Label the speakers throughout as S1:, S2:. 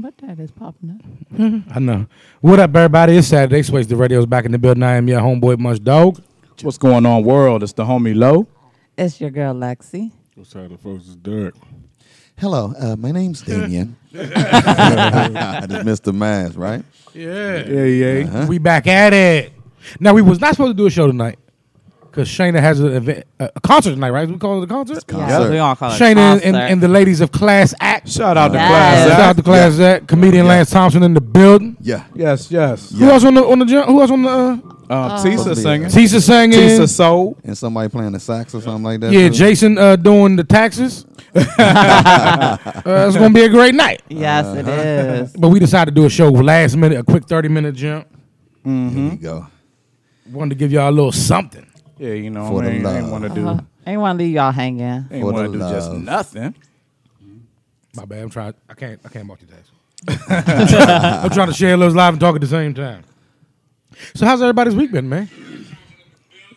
S1: What that is popping up?
S2: I know. What up, everybody? It's Saturday. Switch the radio's back in the building. I am your homeboy, Munch Dog.
S3: What's going on, world? It's the homie Low.
S1: It's your girl Lexi.
S4: What's happening, folks? It's Derek.
S5: Hello, uh, my name's Damien. I just missed the mask, right?
S2: Yeah.
S3: Yeah, yeah.
S2: We back at it. Now, we was not supposed to do a show tonight because Shayna has an event, a a concert tonight, right? We call it a concert?
S5: Concert.
S6: We all call it
S2: Shayna and,
S6: concert.
S2: and the ladies of Class Act.
S3: Shout out to
S6: Yes.
S3: Class
S2: Shout out
S3: Act.
S2: to Class Act. Comedian
S5: Yeah.
S2: Lance Thompson in the building.
S5: Yeah.
S3: Yes, yes.
S2: Who
S5: Yeah.
S2: else on the on the ju- who else on the uh,
S3: Um, Tisa singing.
S2: Tisa singing?
S3: Tisa Soul.
S5: And somebody playing the sax or something like that.
S2: Yeah,
S5: too?
S2: Jason uh, doing the taxes. uh, it's gonna be a great night.
S6: Yes, it is.
S2: But we decided to do a show last minute, a quick thirty minute jump.
S3: Mm-hmm.
S5: Here we go.
S2: Wanted to give y'all a little something.
S3: Yeah, you know,
S5: For
S3: I
S5: the
S3: ain't,
S5: love.
S3: want to do,
S2: Uh-huh.
S6: Ain't want to leave y'all hanging.
S3: ain't
S5: For
S3: want to
S5: the
S3: do just
S5: love.
S3: nothing.
S2: My bad. I'm trying. I can't. I can't multitask. I'm trying to share those live and talk at the same time. So how's everybody's week been, man?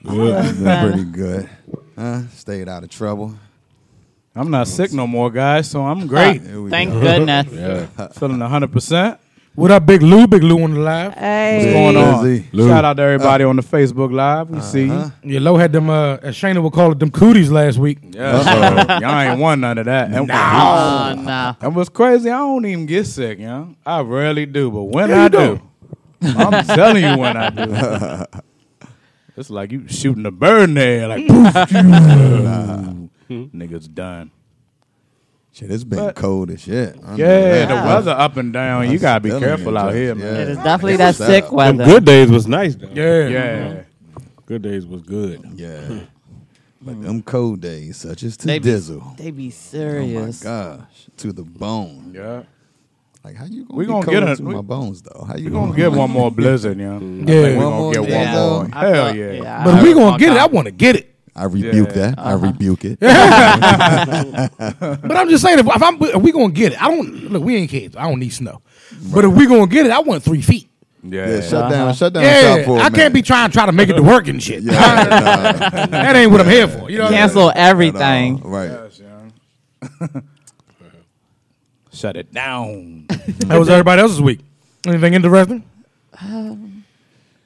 S5: It's been pretty good. Huh? Stayed out of trouble.
S3: I'm not sick no more, guys, so I'm great.
S5: Here we
S6: Uh, Thank
S5: go.
S6: goodness.
S4: Yeah.
S3: Feeling 100%.
S2: What up, Big Lou? Big Lou on the live.
S6: Hey.
S3: What's going on?
S5: Lizzy.
S4: Lou.
S3: Shout out to
S5: Uh.
S3: everybody on the Facebook Live. We see
S5: Uh-huh.
S3: you.
S2: Yeah, Lou had them. Uh, as Shayna would call it, them cooties last week.
S3: Yeah. Y'all ain't won none of that. That was-
S6: Oh, no.
S3: That was crazy. I don't even get sick, y'all. I rarely do, but when
S2: Yeah, you
S3: I do, I'm telling you when I do. It's like you shooting a bird in the air, like poof, niggas done.
S5: Shit, it's been
S3: But-
S5: cold as shit. I know
S3: Yeah,
S5: that.
S3: the weather up and down. You gotta be
S5: telling you,
S3: careful out
S5: Jeff.
S3: here,
S5: Yeah.
S3: man.
S6: It is definitely that
S5: It's
S6: sick
S5: sad.
S4: Them
S6: weather.
S4: good days was nice, though.
S2: Yeah.
S3: Yeah,
S4: Good days was good.
S5: Yeah. But them cold days, such as to
S6: They be-
S5: Dizzle.
S6: They be
S5: Oh my
S6: serious.
S5: gosh. To the bone.
S3: yeah.
S5: Like, how you going
S3: We
S5: to
S3: gonna
S5: be
S3: get
S5: cold
S3: a-
S5: to
S3: we-
S5: my bones, though? How you
S3: We
S5: going
S3: gonna get one more blizzard,
S2: Yeah.
S3: yeah. Yeah, we
S5: One
S3: gonna
S5: more
S3: get one
S5: blizzard.
S3: more.
S6: I
S3: Hell
S6: thought-
S3: yeah.
S2: But if we gonna
S6: fuck
S2: get it, I
S6: off.
S2: want to get it.
S5: I rebuke
S3: Yeah.
S5: that. I rebuke it.
S2: But I'm just saying, if, if I'm, if we gonna get it, I don't look. We ain't kids. I don't need snow. But if we gonna get it, I want three feet.
S3: Yeah.
S5: Yeah, shut down, shut down
S2: Yeah,
S5: shop for a
S2: I can't
S5: minute.
S2: be trying try to make it to work and shit.
S5: Yeah, nah, at
S2: that ain't what I'm here for. You know. what I'm saying?
S6: Cancel
S5: all.
S6: everything.
S5: Right.
S3: Shut it down.
S2: That was everybody else's week. Anything interesting?
S6: No.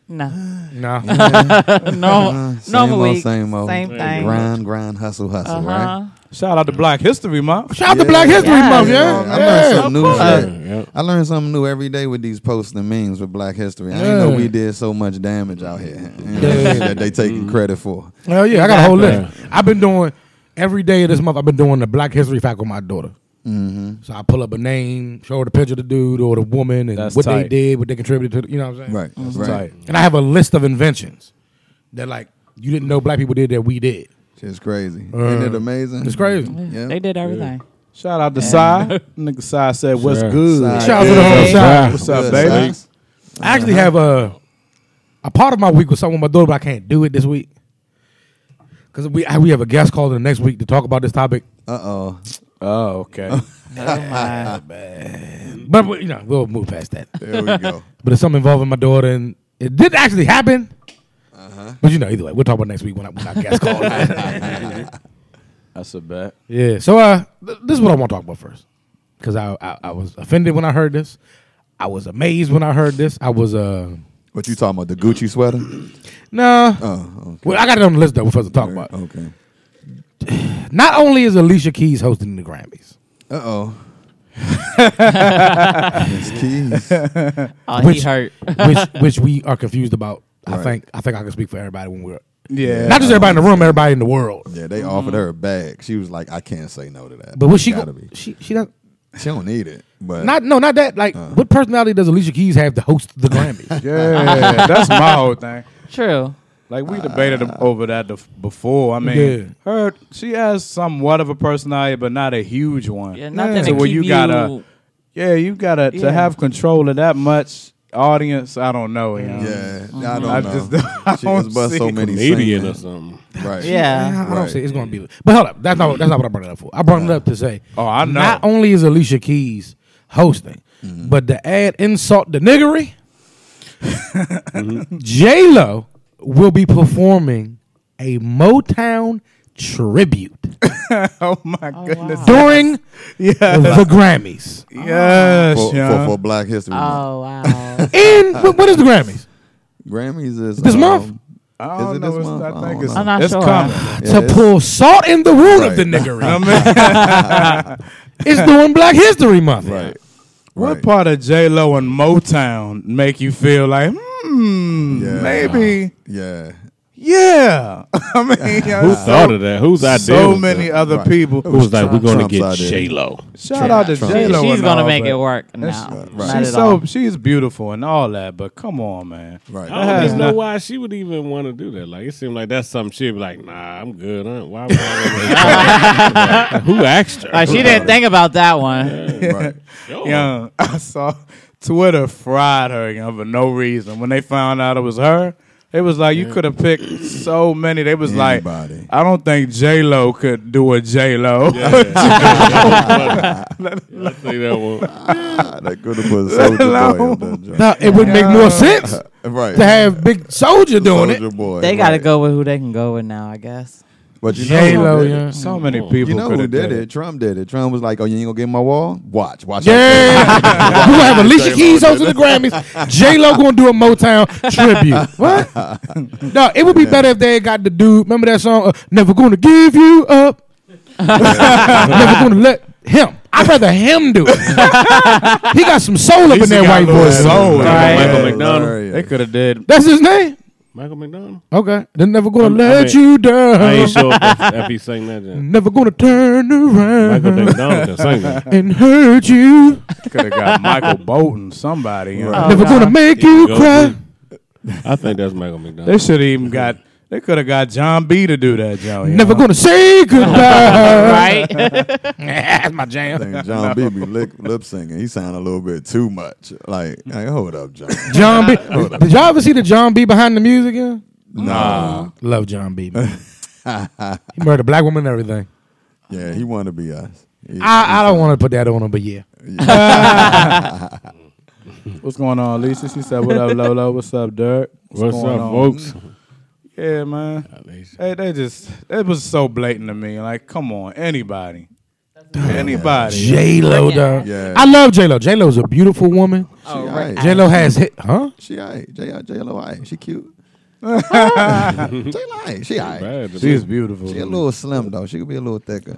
S2: No.
S6: Normal,
S5: Same
S6: normal
S5: old,
S6: week.
S5: same old.
S6: thing.
S5: Grind, grind, hustle, hustle,
S6: Uh-huh.
S5: right?
S3: Shout out to Black History Month.
S2: Shout out to Black History
S6: Yes.
S2: Month,
S5: Yeah,
S2: yeah.
S5: I learned
S2: Oh, Yeah.
S5: something new. shit.
S4: Yeah.
S5: I learned something new every day with these posts and memes with Black History. I didn't
S2: Yeah.
S5: know we did so much damage out here you know, that they taking credit for.
S2: Hell yeah, I got a whole list. I've been doing every day of this month. I've been doing the Black History Fact with my daughter.
S5: Mm-hmm.
S2: So I pull up a name, show her the picture of the dude or the woman, and
S3: That's
S2: what they
S3: tight.
S2: did, what they contributed to. The, you know what I'm saying?
S5: Right, that's right.
S3: Tight.
S2: And I have a list of inventions that like you didn't know black people did that we did.
S5: It's crazy. Isn't it amazing?
S2: It's crazy.
S5: Yeah.
S6: They did everything.
S3: Shout out to Cy. Nigga Cy said, "What's
S4: Sure.
S3: good?"
S5: Cy.
S2: Shout out to the whole
S6: Hey.
S2: side.
S3: What's up,
S5: Good,
S3: baby?
S5: Sykes.
S2: I actually have a a part of my week with someone with my daughter, but I can't do it this week because we I, we have a guest call in the next week to talk about this topic.
S5: Uh-oh.
S3: Oh, okay.
S2: But we- you know we'll move past that.
S5: There we go.
S2: But it's something involving my daughter, and it did actually happen.
S5: Uh-huh.
S2: But you know, either way, we'll talk about next week when I when I guest call.
S3: That's a bet.
S2: yeah. So uh, th- this is what I want to talk about first, because I, I I was offended when I heard this. I was amazed when I heard this. I was uh
S5: What you talking about? The Gucci sweater?
S2: no.
S5: Oh, okay.
S2: Well, I got it on the list though. We're supposed to talk about.
S5: Okay. Oh.
S2: Not only is Alicia Keys hosting the Grammys.
S5: Uh-oh. Miss Keys.
S6: Oh, he
S2: Which-
S6: hurt.
S2: which which we are confused about. I
S5: Right.
S2: think I think I can speak for everybody when we're
S3: Yeah.
S2: not just everybody in the room, everybody in the world.
S5: Yeah,
S3: Mm-hmm.
S5: they offered her a bag. She was like, I can't say no to that.
S2: But what she
S5: got
S2: go,
S5: to be?
S2: she she does
S5: She don't need it. But
S2: not no not that like
S3: Uh.
S2: what personality does Alicia Keys have to host the Grammys?
S3: yeah, that's my whole thing.
S6: True.
S3: Like we debated
S5: Ah.
S3: over that the- before. I mean, her she has somewhat of a personality, but not a huge one.
S6: Yeah, nothing
S3: So
S6: to
S3: where
S6: keep
S3: you
S6: you-
S3: gotta, yeah, you gotta
S6: Yeah.
S3: to have control of that much audience. I don't
S6: Mm.
S3: know. You know?
S5: Yeah, I don't
S3: Mm-hmm. I
S5: know.
S3: just- I
S5: she
S3: don't
S5: was bust
S3: see
S5: so many
S4: Comedian or
S5: singers.
S4: something.
S5: Right.
S6: Yeah.
S2: I don't
S5: Right.
S2: say it's gonna be, but hold up, that's not that's not what I brought it up for. I brought it up to say,
S3: Oh, I know. Mm-hmm.
S2: Not only is Alicia Keys hosting, but to add insult to niggery,
S3: Mm-hmm.
S2: J Lo will be performing a Motown tribute
S3: Oh my
S1: Oh,
S3: goodness.
S1: wow.
S2: during
S3: Yeah.
S2: the Grammys.
S3: Yes,
S5: for, for,
S3: Sean.
S5: for Black History
S2: Uh,
S5: Month.
S1: Oh wow.
S2: And
S3: Uh,
S2: what what is the Grammys?
S5: Grammys is
S2: This
S5: um,
S2: month?
S3: I
S5: Is
S3: don't
S5: it
S3: know.
S5: this
S3: It's,
S5: month?
S3: I
S5: I
S3: think
S5: don't
S3: it's,
S5: know.
S6: I'm not
S3: it's
S6: sure.
S3: coming.
S5: yeah,
S2: to
S5: it's-
S2: pull salt in the wound of the
S5: Right.
S2: niggery.
S3: I mean,
S2: it's doing Black History Month.
S5: Right.
S3: what
S5: Right.
S3: part of J Lo and Motown make you feel like, hmm,
S5: Yeah.
S3: maybe,
S5: Yeah.
S3: yeah? I mean, you
S4: Who
S3: know,
S4: thought of that? Whose idea?
S3: so
S4: was
S3: many
S4: that?
S3: other
S5: Right.
S3: people.
S4: Who was like, we're going
S5: Trump's
S4: to get
S5: idea.
S4: J Lo?
S3: Shout out to
S5: Trump.
S3: J Lo.
S6: she's gonna make it work. No,
S5: right.
S6: not
S5: She's
S6: at
S3: She's
S6: all.
S3: so she's beautiful and all that, but come on, man.
S5: Right.
S4: I don't even know why she would even want to do that. Like it seemed like that's something she'd be like, "Nah, I'm good. Huh? Why would I?" wanna do that?" Who asked her?
S6: Like she didn't think about that one.
S5: Right.
S4: Sure.
S3: Young, I saw Twitter fried her you know, for no reason. When they found out it was her, it was like you could have picked so many. They was
S5: Anybody.
S3: like, I don't think J Lo could do a J Lo.
S4: I think that one.
S5: They could have put Soldier Boy on that joint.
S2: Now, it would make more sense to
S5: Right.
S2: have Big Soldier doing
S5: Soldier
S2: it.
S5: Boy.
S6: They got to
S5: right.
S6: go with who they can go with now, I guess.
S5: But you know who
S2: J-Lo,
S5: did it?
S2: yeah.
S3: So many
S4: on.
S3: people
S5: You know
S3: could
S5: who
S3: have
S5: did it? Trump did it. Trump was like, "Oh, you ain't gonna get my wall? Watch, watch." how
S2: Yeah.
S5: I do
S2: We're going to have Alicia Keys hosting the Grammys. J-Lo going to do a Motown tribute. What? No, it would be better if they had got the dude. Remember that song? Uh, Never going to give you up. Never going to let him. I'd rather him do it. he got some soul up in
S3: least
S2: that
S3: he got
S2: white
S3: a little
S4: uh,
S2: boy.
S5: it.
S3: soul.
S5: Yeah,
S4: Michael
S5: yeah,
S4: McDonald.
S5: hilarious.
S3: They could have did.
S2: That's his name?
S4: Michael McDonald.
S2: Okay. They're never going
S4: I
S2: to let
S4: mean-
S2: you down.
S4: I ain't sure if, that's- if he sang that. Then.
S2: Never gonna turn around
S4: Michael McDonald can sing that.
S2: and hurt you.
S3: Could have got Michael Bolton, somebody. You know?
S4: Oh,
S5: Right.
S2: Never gonna make you
S4: Go
S2: cry.
S4: I think that's Michael
S3: They
S4: McDonald.
S3: should have even got. They could have got John B to do that, Joe. you
S2: Never
S3: know?
S2: gonna say goodbye.
S6: Right?
S2: That's my jam.
S5: think John B be lip, lip singing. He sounded a little bit too much. Like, hey, hold up, John.
S2: John B. Did y'all ever see the John B. behind the music? Yeah?
S5: nah.
S2: Love John B. Man. he murdered a black woman and everything.
S5: Yeah, he wanted to be us. He-
S2: I, I don't want to put that on him, but yeah.
S3: What's going on, Lisa? She said, "What up, Lolo? What's up, Dirk?
S4: What's
S3: going
S4: up,
S3: on?
S4: folks?
S3: Yeah, man. Hey, they just it was so blatant to me. Like, come on, anybody, anybody.
S2: J Lo, dog.
S5: Yeah.
S2: I love J Lo. J Lo's a beautiful woman.
S5: she all
S6: right.
S5: right.
S2: J Lo has hit, huh?
S5: She all right. J- J-Lo all right. She cute. J-Lo all right. She all right.
S4: Bad.
S3: She's beautiful.
S5: She a little slim, though. She could be a little thicker.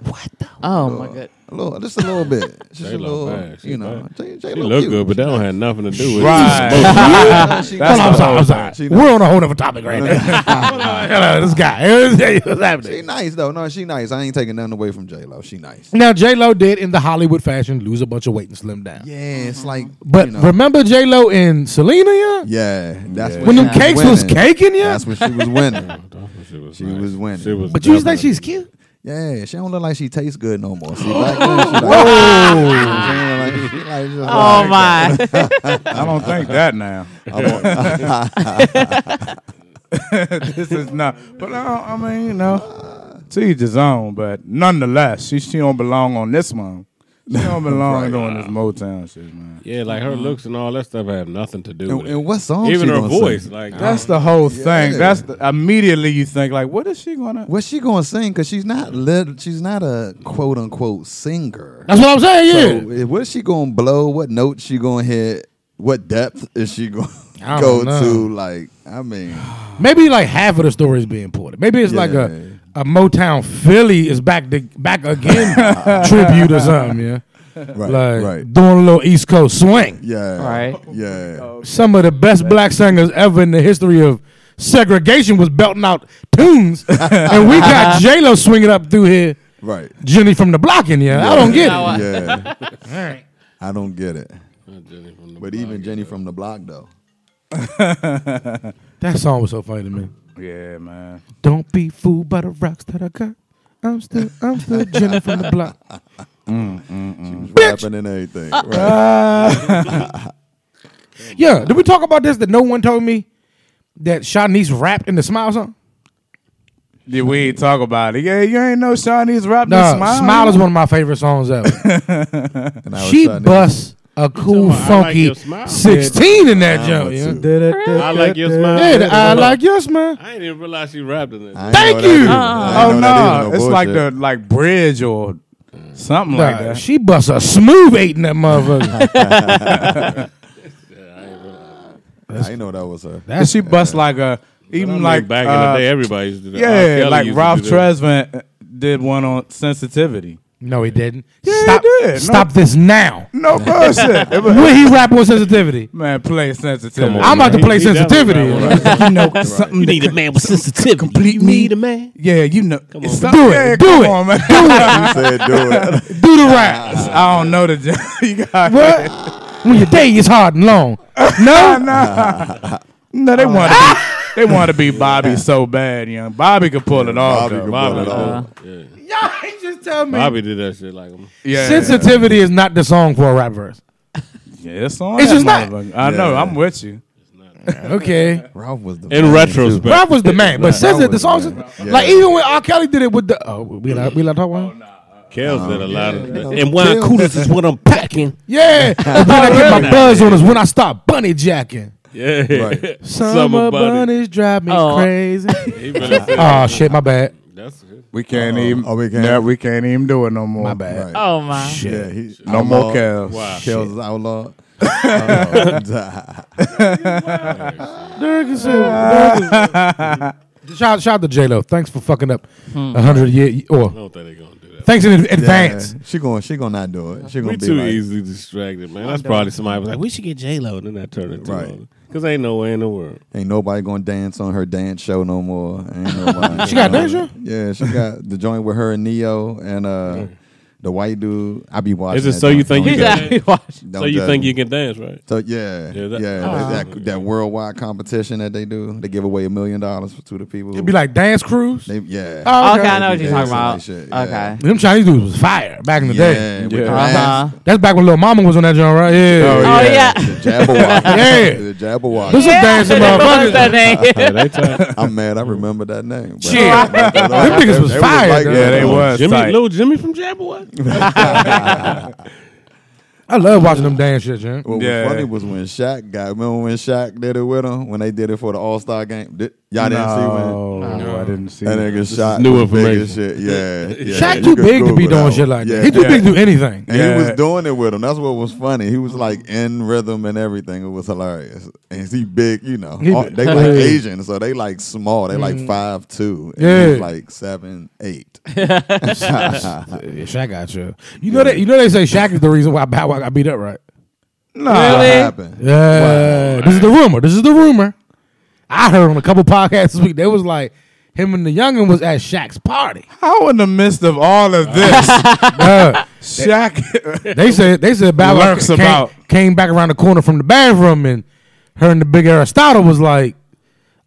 S6: Oh my god.
S5: A little, just a little bit. Just a
S4: J-Lo
S5: little,
S4: bad. She
S5: you know. J-
S4: She
S5: J-Lo
S4: look
S5: cute.
S4: good, but that don't have nothing to do with
S3: Right.
S5: Yeah, she
S3: That's
S2: Hold on, I'm
S3: the
S2: sorry.
S3: whole
S2: I'm sorry.
S5: thing. She
S2: We're on a whole other topic right now. Hello, this guy. What's happening?
S5: She nice though. No, she nice. I ain't taking nothing away from J Lo. She nice.
S2: Now J Lo did in the Hollywood fashion lose a bunch of weight and slim down.
S5: Yeah, it's like.
S2: Mm-hmm. But
S5: you know,
S2: remember J Lo and Selena, yeah?
S5: yeah, that's
S2: When them
S5: she
S2: cakes was
S5: winning.
S2: caking, yeah.
S5: That's when she was winning.
S4: She was,
S5: She
S4: nice.
S5: was winning.
S4: She was
S2: But you just think
S4: definitely-
S2: she's cute?
S5: yeah, she don't look like she tastes good no more. See, back then, she like, Whoa. She like, she like, just
S6: Oh
S5: like-
S6: my.
S3: I don't think that now.
S4: Oh.
S5: I'm on-
S3: this is not. But I, don't, I mean, you know, to each his own. But nonetheless, she she don't belong on this one. She don't belong
S5: Right.
S3: doing this Motown shit, man.
S4: Yeah, like her looks and all that stuff have nothing to do
S5: and,
S4: with
S5: and
S4: it.
S5: what song?
S4: Even
S5: she
S4: her
S5: gonna
S4: voice,
S5: Sing?
S4: like
S3: That's the whole
S5: Um, Yeah.
S3: thing. That's the, immediately you think like, what is she gonna?
S5: What she gonna sing? Cause she's not lit, she's not a quote unquote singer.
S2: That's what I'm saying, yeah.
S5: So, eh, what she gonna blow? What note she gonna hit? What depth is she gonna
S2: I don't
S5: go
S2: know.
S5: to? Like, I mean,
S2: Maybe like half of the story is being ported. Maybe it's like a, a Motown Philly is back to, back again tribute or something, yeah.
S5: right,
S2: Like
S5: right,
S2: doing a little East Coast swing.
S5: yeah,
S6: Right.
S5: yeah.
S2: Some of the best black singers ever in the history of segregation was belting out tunes, and we got J Lo swinging up through here.
S5: Right.
S2: Jenny from the block in here. I don't get it.
S5: Yeah.
S2: right.
S5: I don't get it.
S4: Jenny from the
S5: But
S4: Block.
S5: even Jenny from the block though.
S2: That song was so funny to me.
S3: Yeah, man.
S2: Don't be fooled by the rocks that I got. I'm still, I'm still Jenny from the block. Bitch.
S5: Rapping and everything. Right.
S2: Yeah, did we talk about this? That no one told me that Shawnee's rapped in the smile song.
S3: Yeah, we ain't talk about it. Yeah, you ain't know Shawnee's rapping
S2: No,
S3: smile.
S2: smile is one of my favorite songs ever.
S5: And I was
S2: she
S5: trying to-
S2: busts a cool,
S4: about I Like
S2: funky
S4: Your Smile?
S2: 16 in that jump.
S5: with
S2: Yeah,
S5: you.
S4: I like your smile.
S2: yeah the I like yes, man.
S4: I didn't even realize she rapped in it.
S5: I ain't
S2: Thank
S5: know that
S2: you.
S5: either. I
S3: Oh
S5: ain't know that either,
S3: no, it's like the
S5: bullshit.
S3: like bridge or something like
S2: Nah,
S3: that.
S2: she bust a smooth eight in that motherfucker.
S5: I ain't know that was her.
S3: And she bust like a even like
S4: back
S3: uh,
S4: in the day, everybody used to do that. R.
S3: Yeah,
S4: Kelly
S3: like
S4: used to
S3: Ralph
S4: do that.
S3: Tresvant uh, did one on sensitivity.
S2: no, he didn't.
S3: he
S2: stop
S3: did. No.
S2: stop this now.
S3: No bullshit. It was-
S2: Will he rap on sensitivity?
S3: man, play sensitivity.
S4: on,
S2: I'm about to
S4: He-
S2: play
S4: he definitely
S2: sensitivity.
S4: got one,
S3: you know something. that could-
S4: man with sensitivity.
S3: Complete me.
S4: a man.
S3: yeah, you know. Come
S4: on,
S2: Do it, do it.
S3: man.
S5: You said do it.
S2: Do the rap.
S3: I don't know the. you got
S2: What? when your day is hard and long. No,
S3: No, they want to be, they want to be Bobby so bad, young. Bobby could pull it off.
S5: Bobby
S3: though.
S5: could
S4: Bobby,
S5: pull it
S4: uh,
S5: off.
S4: yeah.
S3: just tell me.
S4: Bobby did that shit like him.
S3: Yeah,
S2: sensitivity is not the song for a rap verse.
S3: Yeah, it's on.
S2: It's
S3: that
S2: just not-
S3: motherfucker. I know.
S5: Yeah.
S3: I'm with you.
S2: Okay.
S5: Ralph was the
S4: In
S5: man,
S4: retrospect.
S5: too.
S2: Rap was the man, but since it, the
S5: was
S2: songs,
S5: the man. Yeah.
S2: like even when R. Kelly did it with the, oh, we like we like talk about, him?
S4: Kels did a lot of that. And wine coolers is what I'm packing.
S2: yeah.
S5: Oh,
S2: That's when I get my buzz on is when I start bunny jacking.
S4: Yeah.
S5: Right.
S2: Summer,
S4: Summer bunny.
S2: bunnies drive me
S6: Oh.
S2: crazy.
S4: He really said
S2: oh shit, my bad.
S4: that's it.
S3: We can't even.
S5: oh, we can't?
S3: Yeah, we can't even do it no more. My bad.
S5: Right.
S6: Oh my.
S5: Yeah, he,
S3: No more
S5: outlawed.
S3: cows.
S4: Wow.
S5: Kills is outlawed. Oh,
S2: Derek is here. Shout, shout out to J Lo. Thanks for fucking up
S5: Hmm.
S2: a hundred year or
S4: I don't think they're going to do that.
S2: thanks in advance.
S5: She going. She going not do it. She
S4: We
S5: going to be
S4: too
S5: like,
S4: easily distracted, man. That's probably somebody was like, we should get J-Lo. And then that turned it to
S5: Right.
S4: right. Because ain't no way in the world.
S5: ain't nobody going to dance on her dance show no more. Ain't nobody.
S2: She got dance show?
S5: Yeah, she got the joint with her and Neo and uh, the white dude. I be watching.
S4: Is it
S5: that
S4: so you
S5: joint.
S4: think
S5: Don't
S4: you
S6: He's
S5: judge
S4: got-
S5: me.
S6: out here watching.
S5: Don't
S4: so you
S5: judge
S4: think
S5: me.
S4: you can dance, right?
S5: So yeah, yeah,
S4: Yeah,
S5: that,
S4: that- Oh.
S5: that, that, worldwide competition that they do, they give away a million dollars to the people. who-
S2: It'd be like dance cruise.
S5: they, yeah,
S2: Oh,
S6: Okay, I know what
S5: Yeah,
S6: you're talking
S5: some of
S6: about.
S5: that shit, yeah.
S6: Okay.
S2: Them Chinese dudes was fire back in the day.
S5: yeah, with
S3: Yeah.
S5: the
S6: Uh-huh.
S5: mask,
S2: That's back when Lil Mama was on that genre, right?
S3: Oh,
S2: Uh-huh.
S6: Oh
S2: Yeah.
S6: yeah.
S5: the Jabberwock,
S2: Yeah.
S5: the Jabberwock.
S2: This is dancing
S6: What's
S2: motherfuckers.
S6: that name?
S4: they tight.
S5: I'm mad. I remember that name. but-
S2: Shit. Them niggas was
S5: They was
S2: fire.
S5: like-
S2: dog.
S3: Yeah, they
S5: Oh,
S3: was
S4: Jimmy,
S3: tight.
S4: little Jimmy from Jabberwock.
S2: I love watching them dance shit, Jim.
S5: What
S3: Yeah.
S5: was funny was when Shaq got. Remember when Shaq did it with him when they did it for the All Star game? Did, y'all didn't see
S3: No, I didn't see.
S5: when that
S3: it.
S5: nigga shot
S4: new
S5: was big as Shit.
S4: information.
S5: Yeah, yeah,
S2: Shaq
S5: you
S2: too
S5: could
S2: big to
S5: Google
S2: be doing
S5: one.
S2: shit like
S5: Yeah,
S2: that. He too
S5: yeah.
S2: big to do anything.
S5: And
S3: Yeah.
S5: he was doing it with him. That's what was funny. He was like in rhythm and everything. It was hilarious. And he big, you know.
S2: He
S5: All-
S2: big. Mm.
S5: they like Asian, so they like small. They like five two. And he was
S2: Yeah.
S5: like seven eight.
S2: Yeah, Shaq got you. You know that you know they say Shaq is the reason why Bow Wow got beat up, right?
S5: What
S6: Really?
S5: happened?
S2: Yeah. This is the rumor. This is the rumor. I heard on a couple podcasts this week. They was like him and the youngin was at Shaq's party.
S3: How in the midst of all of this,
S2: Uh,
S3: Shaq?
S2: they said they said Bow Wow
S3: Lurks
S2: came,
S3: about.
S2: came back around the corner from the bathroom and her and the big Aristotle was like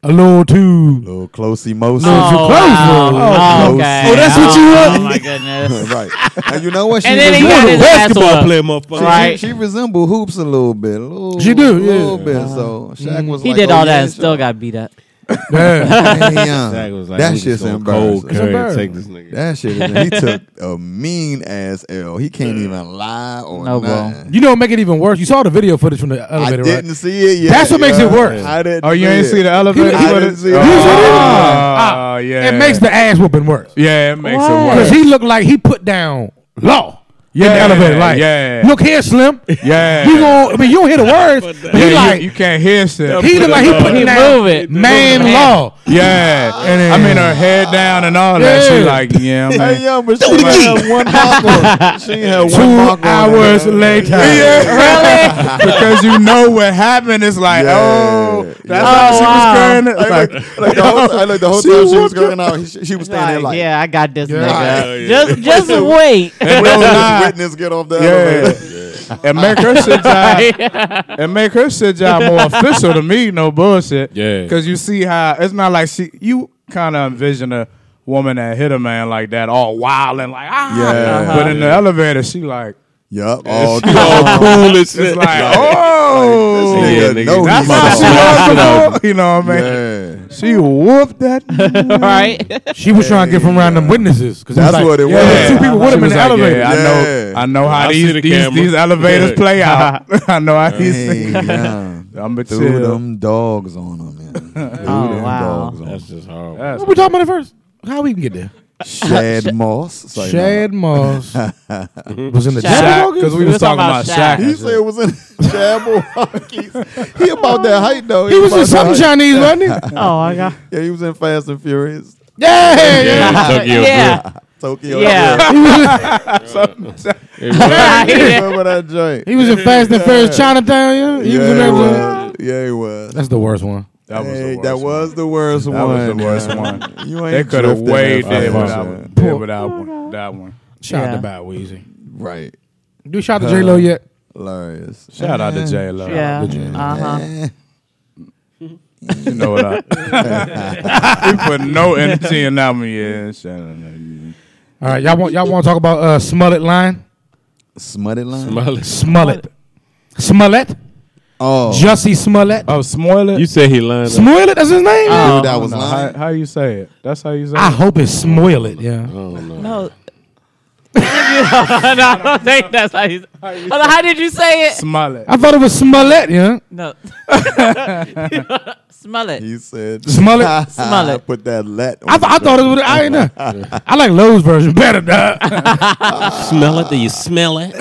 S2: a little too
S5: Little close emotion.
S2: too close.
S6: Oh, wow.
S2: for her.
S6: Oh,
S5: Oh,
S6: okay.
S5: oh,
S2: that's what you
S6: Oh,
S2: want?
S6: oh my goodness.
S5: right. And you know what? She
S6: And then he
S5: resembled-
S6: got his ass
S4: Basketball
S6: whooped.
S4: player, motherfucker.
S5: she-
S6: Right.
S5: She, resembled hoops a little bit. A little,
S2: She do,
S5: a little
S2: yeah.
S5: bit. So Shaq was
S6: He
S5: like,
S6: did
S5: oh,
S6: all
S5: yeah,
S6: that and
S5: sure.
S6: still got beat up.
S2: Yeah.
S5: Damn.
S4: Shaq was like,
S5: uh, that
S4: we just
S5: shit's
S4: gonna
S5: embarrassing.
S4: Cold curry,
S2: embarrassing.
S4: take this nigga.
S5: That shit, is- he took a mean ass L. He can't even lie or
S6: No,
S5: no,
S6: bro.
S5: nothing.
S2: you know what make it even worse? You saw the video footage from the
S5: I
S2: elevator, right?
S5: didn't see it yet.
S2: That's what makes it
S5: yeah.
S2: worse.
S5: I didn't.
S3: Oh, you ain't see the elevator?
S5: I
S3: What
S5: didn't
S3: is-
S5: see it.
S3: Oh,
S5: You saw the
S2: elevator?
S3: oh, yeah.
S2: It makes the ass whooping worse.
S3: yeah, it makes it
S2: Because
S3: worse.
S2: he looked like he put down law in the
S3: Yeah,
S2: elevator. Like,
S3: yeah.
S2: look here, Slim.
S3: Yeah,
S2: You gon' I mean, you don't hear the words. But
S3: yeah,
S2: he
S3: you-
S2: like,
S3: you, can't hear shit.
S2: he look like he
S4: He
S2: putting
S6: move
S2: down
S6: it.
S2: man
S6: Move it.
S2: law.
S3: yeah,
S2: then-
S3: I mean her head down and all that. She
S2: Yeah.
S3: like, yeah, man.
S5: Hey, yo, but she had one marker. She had one marker.
S2: Two hours later.
S3: Yeah, because you know what happened. It's like,
S5: Yeah.
S3: oh, that's how
S6: Oh,
S3: she
S6: wow.
S3: was carrying it.
S5: Like, like, like, the whole, time- like the whole
S3: She
S5: time she was
S3: whooped
S5: going out, she, she was standing there
S6: Like,
S5: like,
S6: yeah, I got this
S5: Yeah.
S6: nigga. Just, just wait.
S3: And
S5: Wait
S3: no
S5: till
S3: lie.
S5: this witness get off the
S3: Yeah.
S5: elevator.
S3: and make her sit job and make her sit job more official to me. No bullshit.
S4: Yeah.
S3: because you see how it's not like she. You kind of envision a woman that hit a man like that, all wild and like ah.
S5: Yeah. Uh-huh.
S3: But in the elevator, she like
S5: Yup. All
S4: All cool and shit.
S3: it's like oh.
S5: This nigga
S4: nigga,
S5: know
S3: That's
S5: he's
S3: how she
S5: soft.
S3: was before. You know what I mean?
S5: Yeah.
S3: She whooped that.
S6: right?
S2: She was trying to get from around them witnesses. Because
S5: That's what it
S2: yeah,
S5: was.
S2: Two people
S3: She
S2: with him in
S3: was
S2: the
S3: like,
S2: elevator.
S3: Yeah,
S5: Yeah.
S3: I know. I know how
S4: I see
S3: these
S4: the
S3: these,
S4: camera.
S3: these elevators
S4: Yeah.
S3: play out. I know how these
S5: Hey,
S3: things.
S5: yeah.
S3: I'm a
S5: Threw
S3: chill.
S5: them dogs on him. Man. Threw
S6: Oh,
S5: them
S6: wow.
S5: dogs on
S4: That's
S5: him.
S4: just horrible.
S3: That's
S2: What we talking about at first? How we can get there?
S5: Shad Moss. Say
S2: Shad Moss was in the
S6: Shad.
S2: Jaguars?
S3: because we
S6: We
S3: was
S6: was
S3: talking
S6: talking
S3: about
S6: about
S5: no.
S3: Shaq.
S5: He said it was in Shad Milwaukee's. He about that height though.
S2: He was in
S5: about
S2: something
S5: that height.
S2: Chinese, wasn't he? Yeah,
S6: Oh my god.
S5: Yeah, he was in Fast and Furious.
S2: yeah, yeah.
S4: Yeah, Tokyo
S6: yeah.
S5: Tokyo.
S6: Yeah.
S5: Drift.
S4: Drift. It was-
S5: Remember that joint?
S2: He was in Fast and Furious Chinatown, yeah? He was in
S5: Yeah,
S2: that
S5: he
S2: one.
S5: was. Yeah, he was.
S2: That's the worst one.
S3: That was
S5: Hey,
S3: the
S5: that
S3: worst. one.
S5: was the worst
S3: That was the
S5: one.
S3: worst one.
S5: You
S3: They
S5: ain't
S3: could have
S5: drifting
S3: way
S5: that
S3: did
S5: far.
S3: without did without one- that one.
S2: Shout out
S6: Yeah.
S2: to Bad Weezy.
S5: Right.
S2: Do you shout out to J Lo yet?
S5: Hilarious.
S3: Shout out to J Lo.
S6: Yeah. Uh-huh.
S5: Eh.
S3: You know what? I, we put no energy in that one. Yeah, shout out. to-
S2: All right, y'all want y'all want to talk about uh, Smollett line?
S5: Smutted line.
S4: Smollett.
S2: Smollett, Smollett,
S5: Oh, Oh.
S2: Jussie Smollett,
S3: Oh, Smoiler.
S4: You said he lined up.
S2: Smollett. That's his name.
S5: dude,
S2: man?
S5: that was
S3: No,
S5: lying.
S3: how, how you say it? That's how you say
S2: I
S3: it.
S2: hope it's Smollett. Yeah.
S4: I don't know.
S6: No. no, I don't think that's how you. Hold on, how did you say it?
S3: Smollett.
S2: I thought it was Smollett, yeah.
S6: No. Smell it.
S5: He said
S2: Smollett.
S6: Smollett.
S5: Put that let.
S2: I, th- I thought it was. I ain't know. I like Lowe's version better. Dog.
S4: Smell it? Do you smell it?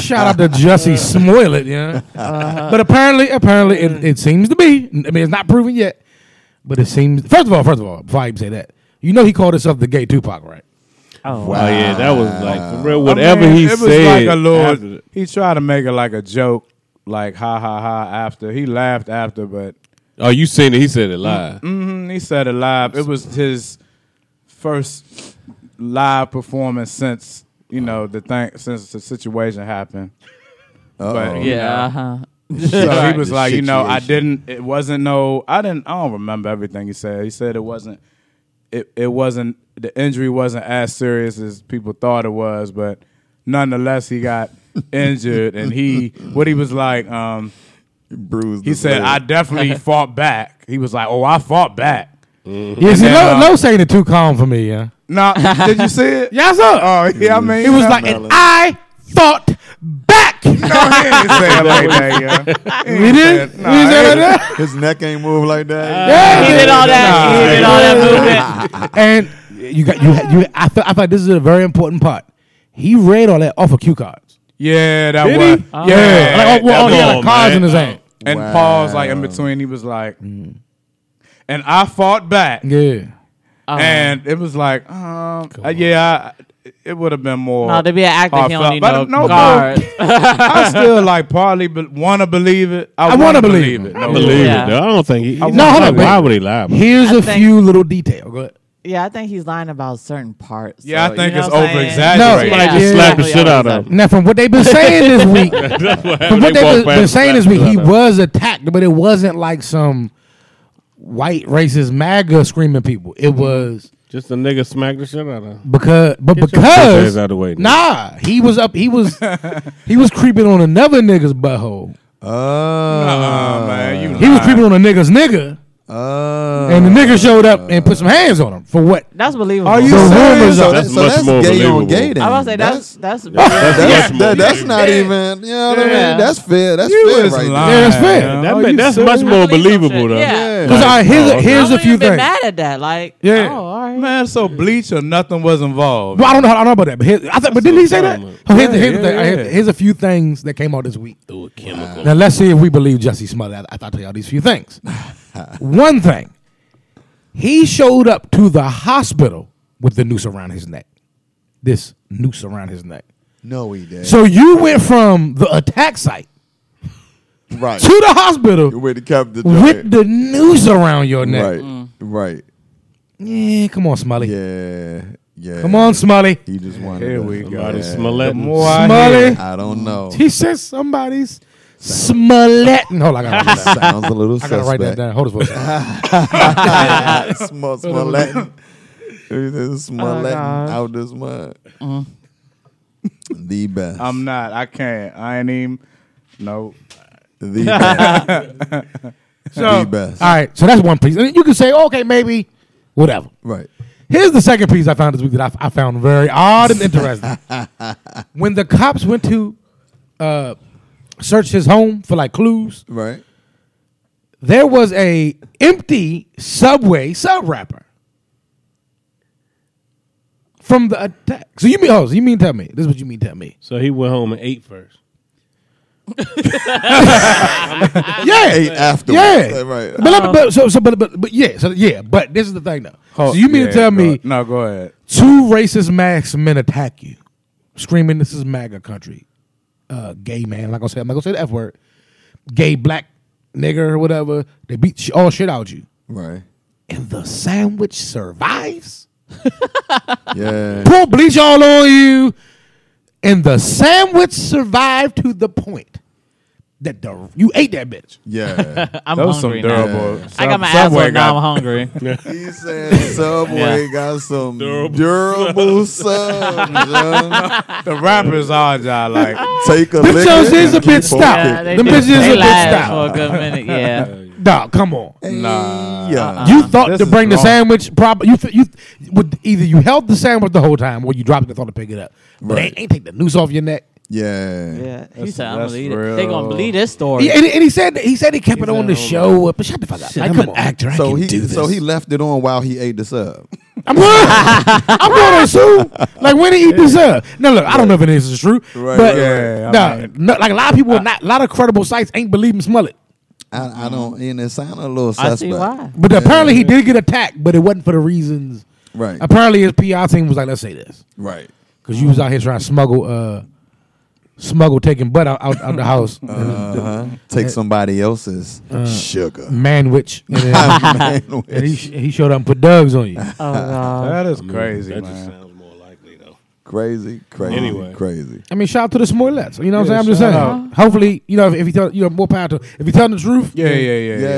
S2: Shout out to Jussie Smollett, yeah. But apparently, apparently, it, it seems to be. I mean, it's not proven yet, but it seems. First of all, first of all, before I even say that, you know, he called himself the Gay Tupac, right?
S6: Oh,
S4: Oh yeah, that was like for real. Whatever
S3: I mean,
S4: he
S3: it
S4: said,
S3: was like a
S4: after
S3: little.
S4: that-
S3: He tried to make it like a joke, like ha ha ha. After he laughed after, but
S4: oh, you seen it? He said it live.
S3: mhm, he said it live. It was his first live performance since you know the thing since the situation happened. But, you know,
S6: Yeah. Uh-huh.
S3: So he was
S5: The
S3: like, you know, I
S5: situation.
S3: didn't. It wasn't no. I didn't. I don't remember everything he said. He said it wasn't. It it wasn't. The injury wasn't as serious as people thought it was, but nonetheless, he got injured, and he what he was like. Um,
S5: bruised.
S3: he
S5: his
S3: said,
S5: leg.
S3: I definitely fought back. He was like, oh, I fought back.
S2: Yeah, see,
S3: then,
S2: Lowe,
S3: uh,
S2: Lowe's saying it too calm for me, yeah.
S3: Nah, did you see it?
S2: Yes, sir.
S3: Oh yeah, I mean,
S2: It was like,
S5: Smollett.
S2: and I thought back.
S3: no, he didn't say it like that. Yeah.
S2: He did.
S3: Nah,
S2: he
S3: it-
S2: said that.
S5: his neck ain't move like that.
S6: He did all that.
S3: Nah.
S6: he did all that movement.
S2: and you got you. had- you I feel, I feel like this is a very important part. He read all that off of cue cards.
S3: Yeah, that
S2: Did
S3: was.
S2: he? Yeah. Like, oh, well,
S3: that
S2: oh, he had
S3: was-
S2: like cards in his hand.
S3: And
S5: Wow.
S3: Paul's like in between. He was like, Mm. and I fought back,
S2: Yeah. Uh-huh.
S3: and it was like, um, uh, yeah, I, it would have been more.
S6: No, to be an actor, he
S3: heartfelt.
S6: don't need
S3: But
S6: Oh, no
S3: no,
S6: guards.
S3: I still like partly, but want to believe it. I,
S2: wanna
S3: wanna
S2: believe it.
S3: No,
S4: I believe
S6: Yeah.
S4: it. Though. I don't think he.
S2: No, hold on,
S4: Why
S2: wait.
S4: would he lie? About? it?
S2: Here's
S6: I
S2: a
S6: think-
S2: few little detail. Go ahead.
S6: Yeah, I think he's lying about certain parts.
S3: Yeah, I
S6: so,
S3: think
S6: you know
S3: it's
S6: what I'm saying?
S3: over-exaggerated.
S2: Somebody just
S4: slapped the shit out of him.
S2: Now, from what they've been saying this week, from
S4: That's
S2: what
S4: what
S2: they've been,
S4: they walk
S2: been
S4: past the
S2: saying
S4: black
S2: this week, he
S4: people.
S2: was attacked, but it wasn't like some white racist MAGA screaming people. It was
S4: Just a nigga smacked the shit out of him.
S2: because, but
S4: your bitch
S2: because
S4: ass out the way, nigga.
S2: nah, he was up, he was he was creeping on another nigga's butthole.
S3: uh,
S5: Oh,
S3: man, you
S2: He was
S3: lying.
S2: creeping on a nigga's nigga,
S5: oh.
S2: and the nigga showed up and put some hands on him for what?
S6: That's believable.
S3: Are you
S2: The
S3: serious?
S2: rumors
S5: So
S2: are-
S5: that's,
S4: That's
S5: so
S4: much
S5: that's
S4: more
S5: gay on
S4: believable.
S5: gay. Then
S6: I was say that's that's.
S5: that's that's,
S4: much
S5: that,
S4: more
S5: that's not even. You know what I mean?
S6: Yeah.
S5: That's fair. That's
S3: You
S5: fair,
S3: is
S5: right
S3: lying.
S2: Yeah, that's fair.
S3: man.
S4: That
S3: Are
S4: ma-
S3: you
S4: that's much
S3: serious?
S4: more believable though.
S6: Yeah.
S2: 'Cause, all right, here's a, here's
S6: I
S2: a
S6: wouldn't
S2: few
S6: even
S2: things.
S6: Been mad at that, like
S2: Yeah.
S6: Oh, all right.
S3: Man, so bleach or nothing was involved.
S2: Well, I don't know. How, I don't know about that, but, here, I thought but didn't he say that?
S4: problem.
S2: Oh, here's, here's,
S3: yeah,
S2: the thing. Here's-
S3: yeah.
S2: here's a few things that came out this week.
S4: Through a chemical.
S2: Now let's see if we believe Jesse Smollett. I, I tell y'all these few things. One thing, he showed up to the hospital with the noose around his neck. This noose around his neck.
S5: No, he did.
S2: So you went from the attack site
S5: right.
S2: to the hospital
S5: With the captain.
S2: with the noose around your neck.
S5: Right.
S6: Mm.
S5: Right.
S2: Yeah, come on, Smully.
S5: Yeah. Yeah.
S2: Come on, Smully.
S5: He just wanted.
S3: Here
S5: to-
S3: we go.
S4: Somebody
S5: Yeah.
S4: smell it.
S3: The more I hear-
S2: Smully.
S5: I don't know.
S2: He said somebody's Smollett. Hold on, I gotta, write that-
S5: Sounds a little
S2: I gotta
S5: suspect.
S2: write that down. Hold on.
S5: small, small Latin. This small
S6: Oh,
S5: Latin
S6: gosh.
S5: out this mud.
S2: Mm-hmm.
S5: The best.
S2: Um,
S3: I'm not. I can't. I ain't even. No.
S5: the best.
S2: So,
S5: The best.
S2: All right, so that's one piece. And you can say, okay, maybe, whatever.
S5: Right.
S2: Here's the second piece I found this week that I, I found very odd and interesting. when the cops went to uh, search his home for like clues,
S5: Right.
S2: there was a empty Subway sub wrapper from the attack. So you mean? Oh, so you mean tell me? This is what you mean tell me?
S4: So he went home and ate first.
S5: Eight
S2: Yeah,
S5: afterwards.
S2: yeah.
S5: Right.
S2: But, let me- but so so but, but but yeah so yeah. But this is the thing though. so you mean
S3: Yeah,
S2: to tell
S3: go-
S2: me
S3: No, go ahead.
S2: two racist masked men attack you, screaming, "This is MAGA country." Uh, gay man, like I said, I'm not gonna say the f word. Gay black nigger or whatever. They beat sh- all shit out you,
S5: Right.
S2: and the sandwich survives.
S5: Yeah.
S2: Pour bleach all on you, and the sandwich survived to the point that the you ate that bitch.
S5: Yeah.
S6: I'm
S3: That was some
S6: hungry now.
S3: durable.
S5: Yeah.
S6: I got my ass
S3: Subway
S6: whooped. Now
S3: got-
S6: I'm hungry.
S5: He said Subway got some durable, subs. yo.
S3: The rappers are y'all like
S5: Take a
S2: Them
S5: lick.
S2: shows is a bit
S5: and keep on
S2: stout.
S6: yeah, they
S2: Them
S6: do.
S2: bitches
S6: They
S2: a bitch
S6: last
S2: style.
S6: for a good minute. Yeah.
S2: Dog, come on.
S5: kicking.
S3: Nah.
S5: Yeah.
S2: You thought
S3: This
S2: to
S3: is
S2: bring the
S3: wrong.
S2: sandwich proper. You th- you th- would either you held the sandwich the whole time or you dropped it and thought to pick it up. But
S5: Right.
S2: they ain't take the noose off your neck.
S5: yeah.
S6: Yeah. He said, I'm
S3: that's
S6: gonna eat it. They gonna
S3: real.
S6: believe this
S2: He-
S6: story.
S2: and, and he said that- he said he kept it on the
S3: said, "Oh,
S2: show. But shut the fuck up. like, come on. actor.
S5: So he so he left it on while he ate the sub.
S2: I'm good. I'm going to sue. Like when he eat this up. Now look, I don't know if this is true.
S5: Right,
S2: But
S3: right.
S2: nah,
S3: I mean-
S2: no, like a lot of people, are not a lot of credible sites ain't believing Smollett.
S5: I, I don't, and it sounded a little
S6: Mm-hmm. I
S5: suspect.
S6: see why.
S2: But apparently he did get attacked, but it wasn't for the reasons.
S5: Right,
S2: Apparently his PR team was like, let's say this.
S5: right.
S2: Cause you was out here trying to smuggle, uh, smuggle taking butt out out, out the house,
S3: Uh.
S5: Uh-huh. Uh, Take somebody else's sugar.
S2: man. Which and, then, uh,
S5: mm-hmm.
S2: and he,
S5: Man,
S2: sh- he showed up and put Doug's on you.
S6: Oh god.
S3: that is crazy,
S4: That just
S3: man.
S4: sounds more likely though.
S5: crazy, crazy,
S4: Anyway.
S5: crazy.
S2: I mean, shout out to the Smollets. You know what
S3: Yeah,
S2: I'm saying? I'm just
S3: shout
S2: saying. Hopefully, you know if, if he tell you know more power to if he telling the truth.
S3: Yeah, yeah, yeah,
S5: Yeah,
S3: yeah.
S5: yeah.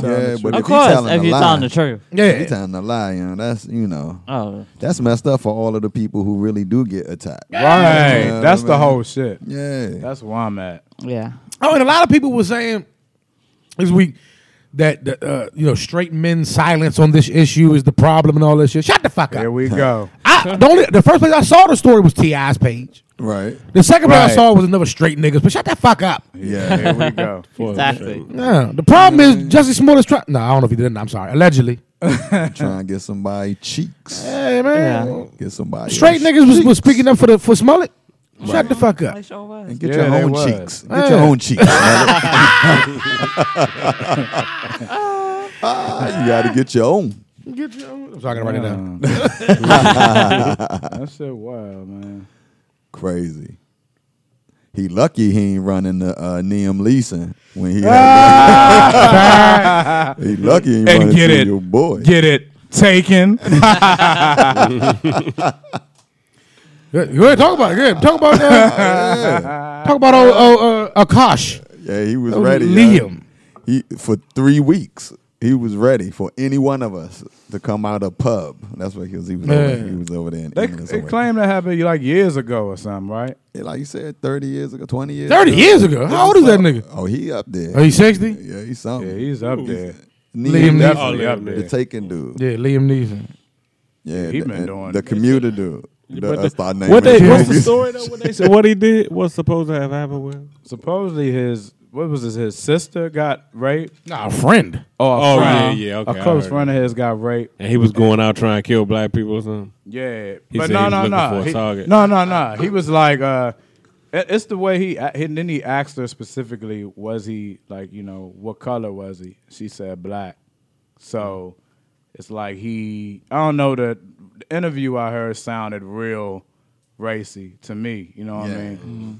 S6: Yeah.
S5: but
S6: Of
S5: if you
S6: course,
S5: telling
S6: if
S5: a
S6: you're
S5: lie,
S6: telling the truth.
S5: if you
S2: yeah.
S5: telling a lie, you know that's you know
S6: Oh.
S5: that's messed up for all of the people who really do get attacked.
S3: Right.
S5: Yeah,
S3: That's the
S5: man.
S3: whole shit.
S5: Yeah,
S3: That's where I'm at.
S6: Yeah.
S2: Oh, and a lot of people were saying this week that that, uh, you know straight men's silence on this issue is the problem and all this shit. Shut the fuck
S3: Here
S2: up.
S3: we go.
S2: I, the only the first place I saw the story was Ti's page.
S5: right.
S2: The second place I
S3: Right.
S2: saw was another straight niggas. But shut the fuck up.
S5: Yeah,
S3: Here we go.
S6: Exactly.
S2: Yeah, the problem is Justice Smollett's trying. No, I don't know if he did. it. I'm sorry. Allegedly,
S5: trying to get somebody cheeks.
S2: hey man,
S6: Yeah.
S5: Get somebody
S2: straight
S5: else
S2: niggas was, was speaking up for the for Smollett. Shut the fuck up.
S5: And get
S3: Yeah,
S5: your
S3: they
S5: own
S3: was.
S5: cheeks. Get your
S2: Yeah.
S5: own cheeks. brother. Ah, you got to get your own.
S2: I'm talking right now.
S3: Um, that shit wild, man.
S5: Crazy. He lucky he ain't running the uh, Neum Leeson when he. he lucky he ain't
S3: And
S5: running
S3: get
S5: to
S3: it.
S5: your boy.
S3: Get it taken.
S2: Good. Go ahead, talk about it. Good. Talk about uh,
S5: yeah.
S2: talk about old, old uh, Akash,
S5: yeah, he was
S3: Oh,
S2: old
S5: ready. yo.
S2: Liam.
S5: He for three weeks. He was ready for any one of us to come out of pub. That's what he was. He was, over,
S2: Man.
S5: he was over there. In
S3: they
S5: England
S3: they
S5: somewhere.
S3: claim that happened like years ago or something, right?
S5: Yeah, like you said, thirty years ago, twenty years.
S2: Thirty
S5: ago.
S2: years ago. How old is that nigga?
S5: Oh, he up there.
S2: Are you sixty?
S5: yeah, he's something.
S3: Yeah, he's up there.
S2: Liam
S5: Neeson,
S3: Definitely
S4: Neeson.
S3: up there.
S5: the taking dude.
S2: Yeah, Liam Neeson.
S5: Yeah,
S3: he
S5: the,
S3: been doing-
S5: the commuter dude. uh,
S4: but
S5: that's
S4: the-
S5: our name.
S4: What
S5: of
S4: they?
S5: the
S4: What's the
S5: movie.
S4: story though? What they said? What he did? What's supposed to have happened with? him?
S3: Supposedly his what was this? His sister got raped.
S2: Nah, a friend.
S3: Oh,
S4: Oh,
S3: friend-
S4: yeah, yeah, okay,
S3: A
S4: I
S3: close
S4: heard
S3: friend of his got raped.
S4: And he was going out trying to kill black people or something.
S3: Yeah,
S4: He
S3: but
S4: said
S3: no,
S4: he was
S3: no,
S4: looking
S3: no,
S4: for a
S3: He-
S4: target.
S3: no, no, no. He was like, uh, it- it's the way he, a- and then he asked her specifically, was he like, you know, what color was he? She said black. So it's like he, I don't know. The, the interview I heard sounded real racy to me. You know what I
S5: Yeah.
S3: mean?
S4: Mm-hmm.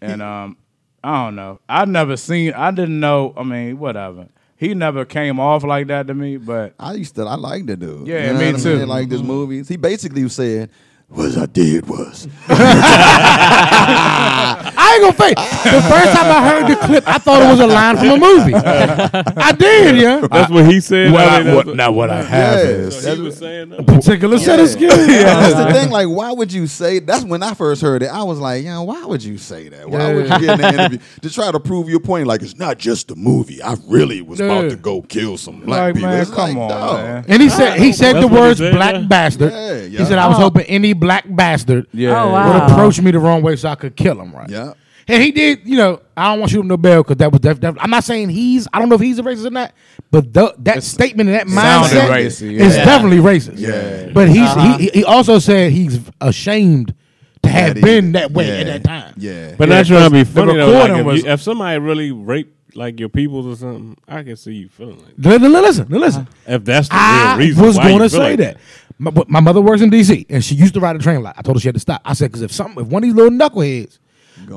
S3: And um, I don't know. I never seen. I didn't know. I mean, whatever. He never came off like that to me, but.
S5: I used to. I liked the dude.
S3: Yeah,
S5: You know
S3: me
S5: what I mean?
S3: too. Mm-hmm.
S5: Like his movies. He basically was saying, "What I did was."
S2: I I ain't gonna fake. The first time I heard the clip, I thought it was a line from a movie. I did, yeah.
S4: That's what he said.
S3: What
S4: I
S3: I,
S4: mean, that's
S3: what, not what I have
S5: Yes.
S3: is.
S4: so he was saying that.
S2: Particular set of
S5: Yeah.
S2: skills.
S5: That's
S3: Uh-huh.
S5: the thing. Like, why would you say? That's when I first heard it. I was like, "Yeah, why would you say that? Why would you get in the interview to try to prove your point? Like, it's not just a movie. I really was
S2: Yeah.
S5: about to go kill some black
S3: Like,
S5: people.
S3: man,
S5: It's
S3: come
S5: like,
S3: on,
S5: dawg.
S3: man.
S2: And he said he said
S4: That's
S2: the
S4: what he
S2: words
S4: said,
S2: "black
S4: yeah. Oh.
S2: bastard."
S5: Yeah, yeah.
S2: He said I was hoping any black bastard
S3: Yeah.
S6: Oh,
S2: would
S6: wow.
S2: approach me the wrong way so I could kill him, right?
S5: Yeah.
S2: And he did, you know. I don't want to shoot him no bell because that was def- def- I'm not saying he's. I don't know if he's a racist or not, but the, that statement and that
S3: sounded
S2: mindset
S3: racist,
S2: is
S3: yeah.
S2: definitely racist.
S5: Yeah.
S2: But he's
S4: Uh-huh.
S2: he, he also said he's ashamed to have
S5: That he-
S2: been that way
S5: yeah.
S2: at that time.
S5: Yeah.
S4: But not trying to be funny. Though, like,
S3: recording
S4: if,
S3: was-
S4: you, if somebody really raped like your peoples or something, I can see you feeling like. That.
S2: Li- li- li- Listen, li- listen.
S4: If that's the
S2: I
S4: real reason,
S2: was
S4: why you
S2: going to
S4: feel
S2: say
S4: like
S2: that. My, but my mother works in D.C. and she used to ride a train a lot. I told her she had to stop. I said, because if something, if one of these little knuckleheads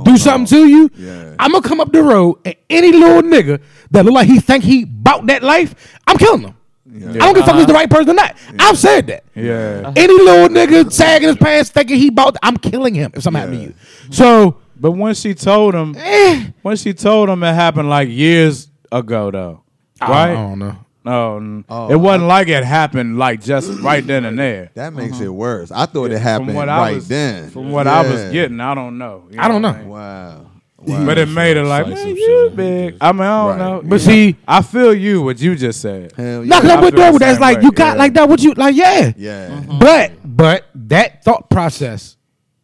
S2: do something to you,
S5: Yeah.
S2: I'm gonna come up the road and any little nigga that look like he think he bought that life, I'm killing him. I don't give a fuck if
S4: Uh-huh.
S2: it's the right person or not. I've said that.
S3: Yeah. Uh-huh.
S2: Any little nigga sagging his pants thinking he bought, I'm killing him if something happened to you. So,
S3: But when she told him,
S2: eh,
S3: when she told him, it happened like years ago, though.
S5: Oh,
S2: I
S3: Right?
S2: don't know.
S3: No, n- it wasn't like it happened like just right then and there.
S5: That makes it worse. I thought it happened
S3: uh-huh. From what I
S5: right
S3: was,
S5: then.
S3: from what I was
S5: Yeah.
S3: getting, I don't know. You
S2: I don't
S3: what
S2: know.
S3: mean?
S5: Wow. wow.
S3: But it made it like,
S4: Slice
S3: man,
S4: some
S3: you
S4: shit.
S3: big. I mean, I don't
S5: Right.
S3: know.
S2: But
S3: You
S2: see-
S3: know, I feel you. What you just said.
S2: Not
S5: Hell yeah.
S2: because I'm with
S3: feel the
S2: Durwood. That's
S3: same
S2: like
S3: way,
S2: you got
S3: yeah.
S2: like that. What you like? Yeah.
S5: Yeah.
S2: But but that thought process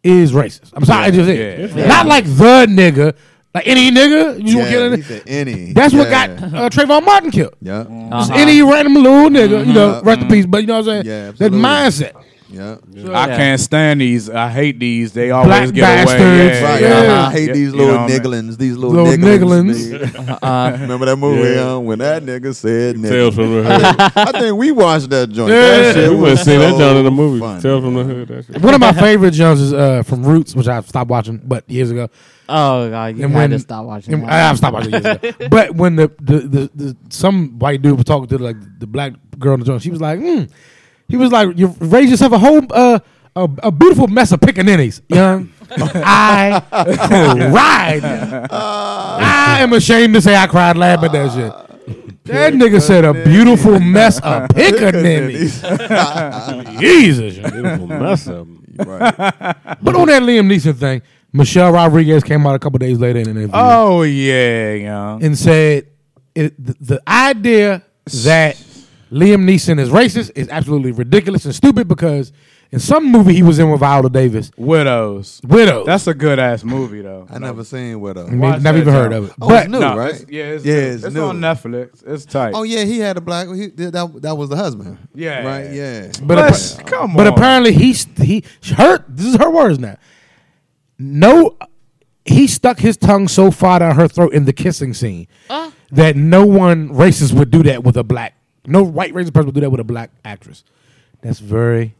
S2: is racist. I'm sorry, I just said.
S3: yeah.
S2: Not like the nigga, like any nigga you
S5: yeah,
S2: want killing.
S5: he
S2: it.
S5: said any.
S2: That's what
S5: Yeah.
S2: got uh, Trayvon Martin killed.
S5: Yeah.
S3: Uh-huh.
S2: Just any random little nigga, you know, rest in peace. But you know what I'm saying?
S5: Uh-huh. Yeah,
S2: that
S5: absolutely.
S2: mindset.
S5: Yeah.
S3: I
S6: Yeah.
S3: can't stand these. I hate these. They always get away.
S2: bastards.
S3: Yeah,
S5: Right. Uh-huh.
S3: yeah.
S2: Yeah.
S5: I hate
S3: Yeah,
S5: these
S3: uh-huh. you
S5: little
S3: know what I mean? Uh-huh.
S5: nigglings. These little,
S2: Little
S5: nigglings. nigglings. Remember that movie uh, when that nigga said nigga?
S4: Tales from the hood.
S5: I think we watched that joint.
S2: Yeah.
S5: That shit
S4: we would
S5: was
S4: have seen that
S5: so
S4: down in the movie.
S5: funny.
S4: Tales from the hood. That shit.
S2: One of my favorite Jones is uh, from Roots, which I stopped watching, but years ago.
S6: Oh god, you
S2: And
S6: had
S2: when
S6: to stop watching.
S2: and-
S6: that.
S2: I, I've stopped watching years ago. But when the, the, the, the some white dude was talking to like the black girl in the joint, she was like, mm. he was like, you raise yourself a whole uh, a, a beautiful mess of pickaninnies, young. I cried. I am ashamed to say I cried laughing at that
S6: Ah.
S2: shit. That nigga said a beautiful mess of pickaninnies. Jesus. yo.
S4: Beautiful mess up.
S5: Right.
S2: But on that Liam Neeson thing, Michelle Rodriguez came out a couple days later in an interview
S3: Oh yeah, yeah.
S2: and said it, the, the idea that Liam Neeson is racist is absolutely ridiculous and stupid because in some movie he was in with Viola Davis,
S3: Widows.
S2: Widow.
S3: That's a good ass movie though.
S5: I never seen what a.
S2: Never,
S3: that,
S2: even heard
S3: y'all.
S2: of it.
S5: Oh,
S2: but
S5: it's new,
S3: No,
S5: right?
S3: it's- yeah, it's,
S5: yeah,
S3: new.
S5: it's,
S3: It's
S5: new.
S3: on Netflix. It's tight.
S5: Oh yeah, he had a black. He, that that was the husband.
S3: Yeah.
S5: Right. Yeah.
S2: but,
S3: Let's-
S2: appa-
S3: come
S2: but
S3: on.
S2: apparently he st- he her this is her words now. No, he stuck his tongue so far down her throat in the kissing scene that no one racist would do that with a black, no white racist person would do that with a black actress. That's very,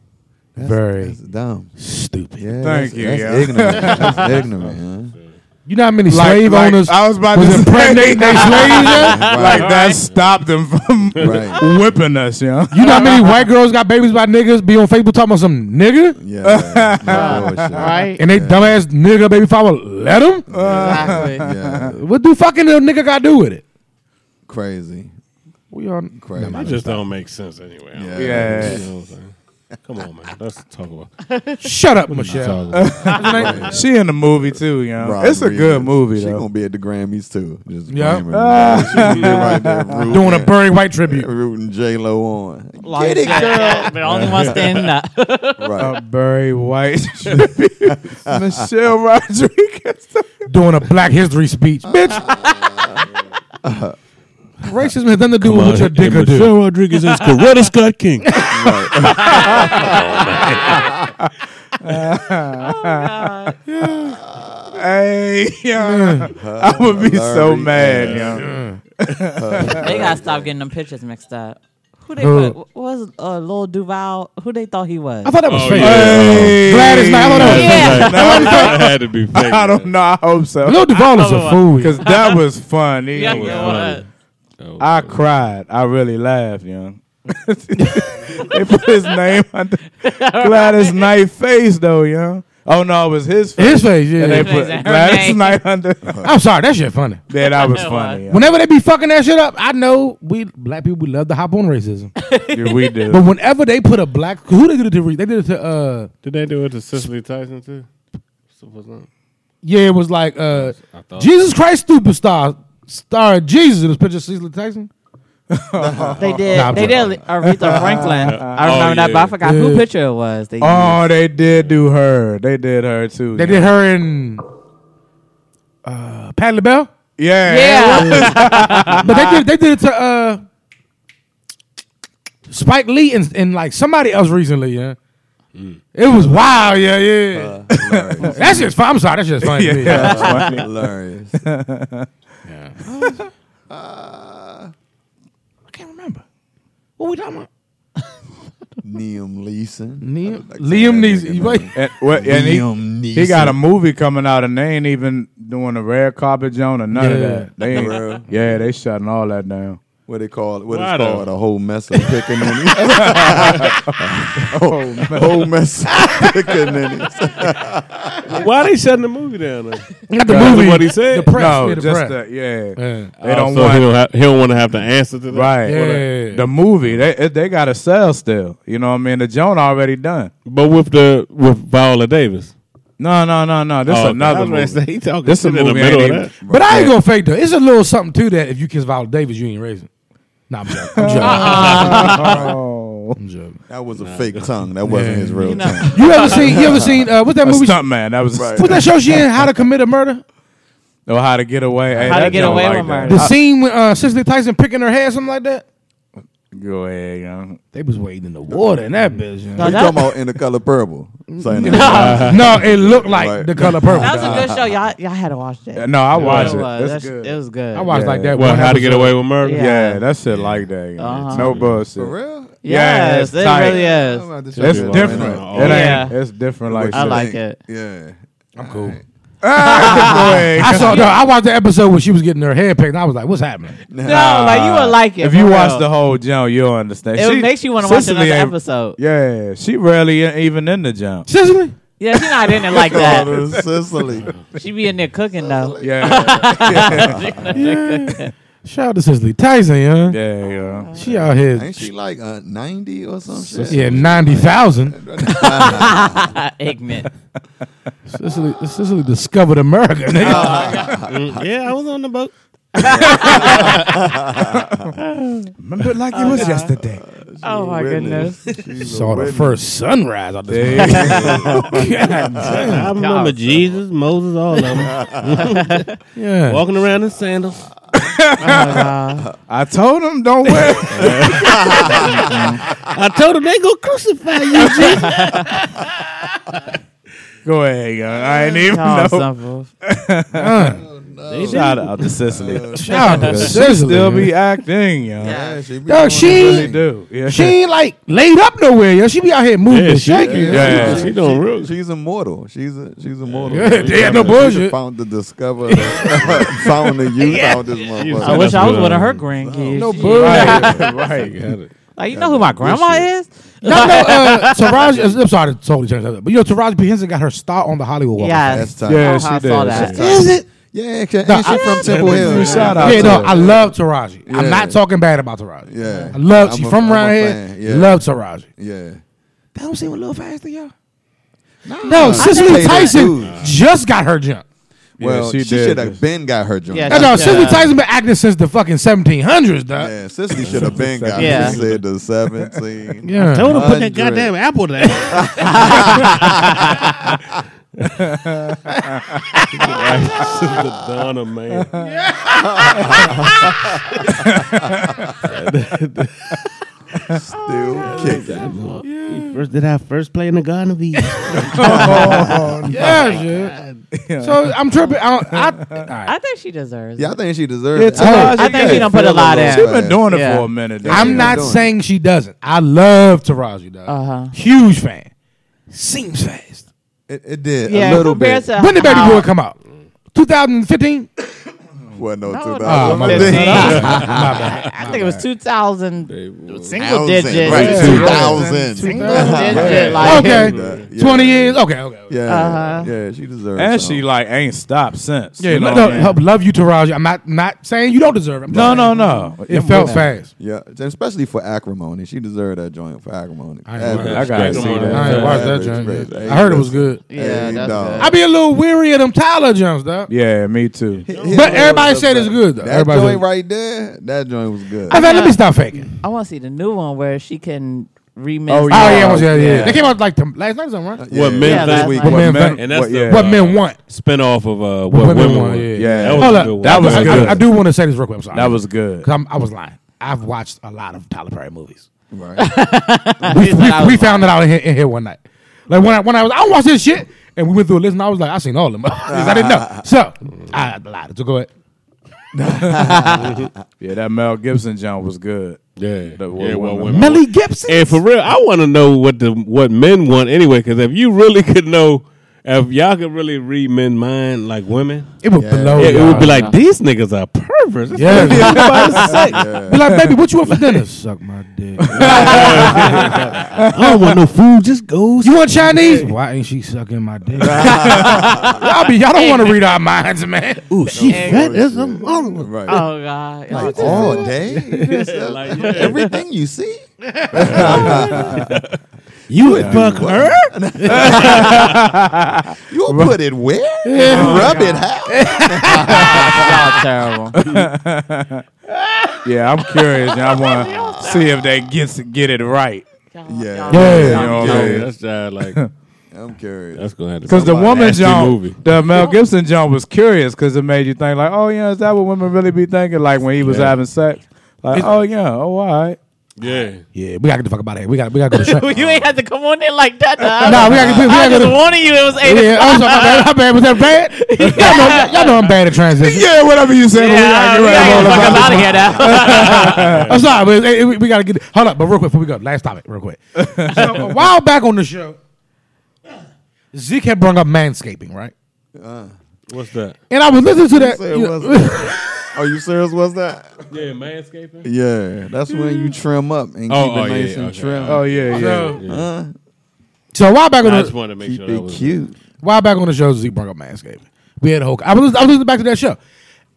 S2: very
S5: That's dumb.
S2: stupid.
S5: Yeah.
S3: Thank
S5: that's,
S3: you,
S5: That's
S3: yeah.
S5: ignorant. that's ignorant. Huh?
S2: You know how many
S3: Like-
S2: slave
S3: like-
S2: owners
S3: I was about to
S2: was
S3: say-
S2: impregnating their slaves? yeah?
S3: like that stopped them from
S5: Right.
S3: whipping us, you know.
S2: You know how many white girls got babies by niggas? Be on Facebook talking about some nigga,
S5: Yeah. no bullshit.
S6: right?
S2: and they dumbass nigga baby father let them.
S3: Uh,
S6: exactly.
S5: Yeah.
S2: What do fucking little nigga got to do with it?
S5: Crazy.
S2: We are
S5: Crazy.
S4: That just don't make sense anyway. I don't
S5: Yeah.
S4: know.
S3: Yeah.
S4: You know what I'm saying? Come on, man. Let's talk about.
S2: shut up, Michelle.
S3: She in the movie too, you know.
S5: Rob
S3: it's a good
S5: Rodriguez.
S3: movie
S5: She
S3: though.
S5: gonna be at the Grammys too. Just
S2: Yeah.
S5: claiming it. She be right there rooting,
S2: Doing a Barry White tribute.
S5: rooting J Lo on.
S6: Like,
S5: Get it,
S6: yeah, the only one standing up.
S5: Right.
S3: Uh, Barry White, Michelle Rodriguez.
S2: Doing a Black History speech, bitch. Racism has nothing to do with what your dick will do.
S4: Rodriguez is Coretta Scott King.
S3: hey, yeah. I would be so
S5: Larry,
S3: mad,
S5: yeah.
S3: yeah.
S6: They gotta stop getting them pictures mixed up. Who they
S2: Who?
S6: what, what was uh, Lil Duval? Who they thought he was?
S2: I thought that was
S4: Oh,
S2: fake.
S4: yeah.
S2: Gladys Knight, I thought that was
S6: Yeah.
S2: fake.
S4: that had to be fake.
S3: I don't know. I hope so.
S2: Lil Duval is a
S6: I-
S2: fool.
S3: Because that was funny.
S6: yeah,
S4: was
S6: you know
S4: funny.
S6: what?
S4: know.
S3: I cried. I really laughed, young. they put his name on the Gladys Knight face, though, young. Oh no, it was his face.
S2: His face, yeah.
S3: And they
S2: His
S6: face
S3: put
S6: and her
S3: Gladys
S6: name.
S3: Knight under.
S2: I'm sorry, that shit funny.
S3: yeah, that was
S6: It was.
S3: funny. yeah.
S2: Whenever they be fucking that shit up, I know we black people we love to hop on racism.
S3: Yeah, we did.
S2: but whenever they put a black who they did it to they did it to uh
S4: Did they do it to Cicely Tyson too? So what's that?
S2: yeah, it was like uh
S4: I thought-
S2: Jesus Christ superstar star Jesus in this picture of Cecil Tyson.
S6: They did.
S2: Nah, I'm
S6: they did Aretha Franklin. I remember that, but
S3: Oh, yeah.
S6: I forgot
S2: Yeah.
S6: who picture it was. They
S3: Oh, they did do her. They did her too.
S2: They did her in uh Pat LaBelle.
S3: Yeah.
S6: used. yeah.
S2: But they did they did it to uh Spike Lee and, and like somebody else recently, yeah. It was wild, yeah, yeah.
S5: Hilarious.
S2: that shit's fun. I'm sorry, that shit's funny. to me.
S3: Yeah.
S5: Hilarious.
S4: Yeah.
S2: I can't remember. What we talking about?
S5: Liam Leeson.
S2: Neil-
S5: I like
S2: Liam
S5: that nigga
S2: Neeson. Wait.
S5: name.
S3: And, well, and
S5: Liam
S3: he, he got a
S5: Neeson.
S3: movie coming out, and they ain't even doing a red carpet joint or none of
S2: Yeah.
S3: that. They
S5: For real?
S3: ain't, yeah, they shutting all that down.
S5: What they call it? What
S4: Why
S5: it's
S4: though?
S5: called? A whole mess of pickaninnies. a whole mess of pickaninnies.
S4: Why they shutting the movie down? Then?
S2: Not the
S4: That's
S2: movie.
S4: what he said.
S2: The press.
S3: no,
S2: yeah, the
S3: just
S2: press.
S3: the, yeah.
S2: Yeah.
S3: They don't
S4: so
S3: want
S4: he don't, ha- he don't want to have to answer to that.
S3: right
S2: Yeah.
S3: the movie. They it- they got to sell still. You know what I mean? The joint already done.
S4: But with the with Viola Davis,
S3: No, no, no, no. This
S4: Oh, okay. I
S3: another
S4: was gonna
S3: movie.
S4: Say, he talking
S3: This
S4: this
S3: a
S4: in the
S3: movie
S4: middle of
S3: ain't
S4: that.
S2: But I ain't gonna fake though. It's a little something to that. If you kiss Viola Davis, you ain't raising. Nah, I'm joking. I'm joking.
S3: Oh,
S2: I'm joking.
S5: That was a fake tongue. That wasn't his real tongue.
S2: You ever seen? You ever seen? Uh, what's that
S3: a
S2: movie?
S3: stunt man. That was
S5: Right.
S2: What's that show she in? How to Commit a Murder?
S3: or how to get away. Hey,
S6: How to
S3: that
S6: Get
S3: joint
S6: Away
S3: like
S6: with
S3: that.
S6: Murder.
S2: The scene with uh, Cicely Tyson picking her hair, something like that.
S3: Go ahead. young.
S2: They was wading in the water in that bitch. you know.
S5: You talking about in the color purple? Saying that-
S2: Uh-huh. no, it looked like
S5: Right.
S2: the color purple.
S6: That was a good show. Y'all, y'all had to watch that.
S3: No, I watched
S6: it
S3: it.
S6: was.
S3: That's
S6: That's-
S3: good.
S6: It was good.
S2: I watched like that.
S4: Well,
S2: one
S4: how to get
S2: episode.
S4: away with murder?
S6: Yeah.
S3: Yeah, that shit like that. you know.
S6: Uh-huh.
S3: No bullshit.
S5: For real?
S3: Yeah,
S6: Yes,
S3: it's
S6: it
S3: tight.
S6: really is.
S5: I'm about to check
S3: It's
S5: it out
S3: different.
S5: right now.
S4: Oh.
S3: It ain't.
S6: Yeah.
S3: It's different like
S6: I
S3: shit.
S6: like it.
S5: Yeah.
S2: I'm cool.
S3: Like,
S2: I saw. No, I watched the episode where she was getting her hair picked, and I was like, "What's happening?"
S6: No, like you would like it.
S3: if you
S6: for
S3: watch
S6: real.
S3: the whole jump, you'll understand.
S6: it
S3: She-
S6: makes you want to watch
S3: Cicely
S6: another
S3: ain't-
S6: episode.
S3: Yeah, she rarely in- even in the jump.
S2: Cicely.
S6: Yeah, she's not in it like that.
S5: Oh, Sicily.
S6: She be in there cooking though.
S3: Yeah,
S2: Yeah. Shout out to Cicely Tyson, huh?
S3: yeah, yeah.
S2: She out here.
S5: Ain't she like uh, 90 or some shit?
S2: Yeah, ninety thousand.
S6: Ignorant.
S2: Cicely, Cicely discovered America. nigga.
S5: Uh-huh.
S4: Mm, yeah, I was on the boat.
S3: Remember it like it was yesterday.
S6: Oh my goodness.
S2: Saw the first sunrise out this.
S4: I remember Jesus, Moses, all of them
S2: Yeah.
S4: walking around in sandals.
S3: I told him don't wear. it.
S4: I told them they gonna crucify you.
S3: Go ahead, young. I ain't even
S6: Y'all
S3: know.
S6: simple.
S4: They did.
S3: Uh, Shout out to Cicely.
S2: Shout out to Cicely.
S3: Still
S2: man.
S3: be acting, young.
S5: Yeah, she be
S2: Dog,
S5: doing
S2: she-
S5: it.
S3: Really do. Yeah.
S2: She ain't like laid up nowhere, yo. She be out here moving
S4: Yeah,
S2: and
S4: she-
S2: shaking. yo.
S3: yeah.
S4: she doing real.
S5: She's immortal. She's a, she's immortal.
S2: Yeah, they had no
S5: She
S2: bullshit.
S5: Found the discover, found the youth out this motherfucker.
S6: I wish I was one of her grandkids.
S2: No
S6: She-
S2: bullshit.
S3: right.
S6: Like you know who my grandma is?
S2: no, no, uh, Taraji, I'm sorry to totally change that up, but yo, Taraji P. Henson got her star on the Hollywood Walk. of Fame.
S6: Yes.
S5: That's tight.
S3: Yeah,
S6: I
S3: she
S6: saw
S3: did.
S6: that.
S3: She did.
S5: Is it? Yeah, she,
S2: No,
S5: ain't she
S2: I-
S5: from Temple Hill.
S3: Shout out
S2: Yeah,
S3: to
S2: no,
S3: her.
S2: I love Taraji.
S5: Yeah.
S2: I'm not talking bad about Taraji.
S5: Yeah.
S2: I love,
S5: I'm
S2: she
S5: a-
S2: from
S5: I'm a
S2: around
S5: fan,
S2: here.
S5: yeah.
S2: Love Taraji.
S5: Yeah.
S2: That don't seem a little faster, yo. No, Cicely
S5: think-
S2: Tyson
S5: Dude.
S2: just got her jump.
S5: Well,
S3: she
S5: she,
S3: did
S5: should
S3: this.
S5: have been got her joint.
S6: Yeah,
S2: No,
S5: Yeah,
S2: no,
S6: Yeah.
S2: Cicely Tyson been acting since the fucking 1700s, dog.
S5: yeah Cicely should have been got
S6: Yeah.
S5: her. She said the 17.
S2: Yeah.
S4: Told them put that
S5: 100.
S4: goddamn apple down. the Donna man.
S5: Still kicking.
S4: First, did I first play in the Garden of Eden?
S5: Oh
S2: Yeah, shit. So I'm tripping. I, don't, I, all right.
S6: I think she deserves.
S5: Yeah, I
S6: it.
S5: think she deserves
S2: Yeah,
S5: it.
S2: Taraji
S6: I think she done put a lot in.
S3: She been doing it
S6: Yeah.
S3: for a minute. though.
S2: I'm
S5: Yeah,
S2: not
S5: doing it.
S2: saying she doesn't. I love Taraji though.
S6: Uh-huh.
S2: Huge fan. Seems fast.
S5: It, it did.
S6: Yeah,
S5: a little
S6: compared
S5: bit.
S6: to
S2: When did Baby
S6: how-
S2: Boy come out? 2015.
S5: What no,
S1: No,
S5: two
S2: Oh,
S5: thousand?
S2: my
S6: Fifteen.
S2: bad.
S1: I think it was 2000. Single
S5: Thousand,
S1: digit.
S5: right?
S1: Yeah.
S5: Two thousand.
S1: Single digit. Like,
S2: Okay.
S5: Yeah.
S2: Twenty years. Okay. Okay. okay.
S5: Yeah,
S1: Uh-huh.
S5: yeah, she deserves.
S3: And
S5: some.
S3: she like ain't stopped since.
S2: Yeah.
S3: you know
S2: no,
S3: what I
S2: no,
S3: mean?
S2: help- love you, Taraji. I'm not not saying you don't deserve it. I'm
S3: no,
S2: saying
S3: no, no.
S2: It felt fast.
S5: Yeah, especially for acrimony. She deserved that joint for acrimony.
S2: I ain't
S5: Average.
S2: watched-
S3: I gotta
S4: Come
S3: see
S2: I
S4: on,
S3: that.
S2: ain't watched that
S5: Average
S2: joint.
S5: rate.
S2: yet. I heard it was good.
S6: Yeah,
S5: Hey,
S6: that's
S5: dog.
S2: I be a little weary of them Tyler Jones, though.
S3: Yeah, me too.
S2: But everybody said it's good. Though.
S5: That
S2: everybody
S5: joint
S2: said,
S5: right there, that joint was good.
S2: I thought, let me stop faking.
S1: I want to see the new one where she can remix.
S3: Oh,
S2: Oh yeah,
S3: Yeah.
S2: it was- yeah, yeah,
S3: Yeah.
S2: They came out like the, last night or something, right?
S5: Yeah,
S4: What men
S5: yeah,
S1: think-
S5: this week.
S1: What
S2: men
S3: men-
S2: think-
S4: And that's
S5: What- yeah.
S4: the
S2: What
S4: uh,
S2: men want.
S4: spinoff of uh, what, women, want.
S2: yeah.
S3: Yeah.
S4: that was
S2: Hold
S4: a
S2: up,
S4: good one.
S3: That was
S2: I, I-
S3: good.
S2: I do want to say this real quick. I'm sorry.
S3: That was good.
S2: 'Cause I'm, I was lying. I've watched a lot of Tyler Perry movies.
S5: Right.
S2: we, we, we found it out in here, in here one night. Like when I when I was I don't watch this shit, and we went through a list, and I was like, I seen all of them. 'Cause I didn't know. So I lied. So go ahead.
S3: Yeah, that Mel Gibson jump was good.
S4: Yeah,
S3: The-
S4: yeah.
S3: what
S4: What
S3: women
S4: women want.
S2: Melly Gibson.
S4: And for real, I want to know what the what men want anyway. Because if you really could know, if y'all could really read men mind like women,
S2: it was
S5: Yeah.
S2: below.
S4: it, it would be
S2: y'all.
S4: like these niggas are perverts. That's
S2: Oh, Yeah.
S4: what everybody's saying.
S2: Be like, baby, what you want for dinner? Suck my dick. I don't want no food. Just go. You want Chinese? Why ain't she sucking my dick? y'all be y'all don't want to read our minds, man. Ooh, she fat. That's a mother.
S5: right.
S6: Oh God.
S5: Like, all day. Just, uh,
S4: Like, yeah.
S5: Everything you see.
S2: You would fuck her.
S5: You'll put it where? Rub it how?
S1: Y'all terrible.
S3: Yeah, I'm curious. and I want to see if they gets get it right.
S6: Y'all-
S5: Yeah.
S6: y'all-
S2: Yeah.
S3: You know what I
S4: Yeah,
S3: mean?
S4: that's uh, like
S5: I'm curious.
S4: that's gonna have to
S3: Because the
S4: be a
S3: woman
S4: nasty movie.
S3: jump, the Mel Gibson jump was curious because it made you think like, oh yeah, is that what women really be thinking? Like when he was
S4: Yeah.
S3: having sex, like, oh yeah, oh all right.
S4: Yeah,
S2: Yeah, we gotta get the fuck about it. We got to we gotta go to
S6: Well,
S2: church.
S6: you ain't had to come on there like that. Nah,
S2: Nah, we gotta we, we
S6: I
S2: gotta
S6: just
S2: go to.
S6: warning you. It was eight.
S2: Yeah, I'm sorry, my bad. My bad. Was that bad? y'all, know, y'all know I'm bad at transition.
S3: Yeah, whatever you said.
S6: Yeah, we gotta get the fuck out of here now.
S2: I'm sorry, but it- it- we, gotta get. Hold up, but real quick before we go, last topic, real quick. so a while back on the show, Zeke had brought up manscaping, right?
S4: what's that?
S2: And I was listening to that.
S5: Say it
S2: you know-
S5: wasn't. Are you serious? What's that?
S4: Yeah, manscaping.
S5: Yeah, that's when you trim up and keep
S4: Oh, oh,
S5: it nice
S4: yeah,
S5: and
S4: okay.
S5: trim.
S3: Oh yeah, yeah.
S2: so, so a while back on
S4: I
S2: the
S4: just wanted to make
S5: keep
S4: sure that
S5: it
S4: was
S5: cute.
S2: while back on the show, Zeke brought up manscaping. We had a whole. I was, I was listening back to that show,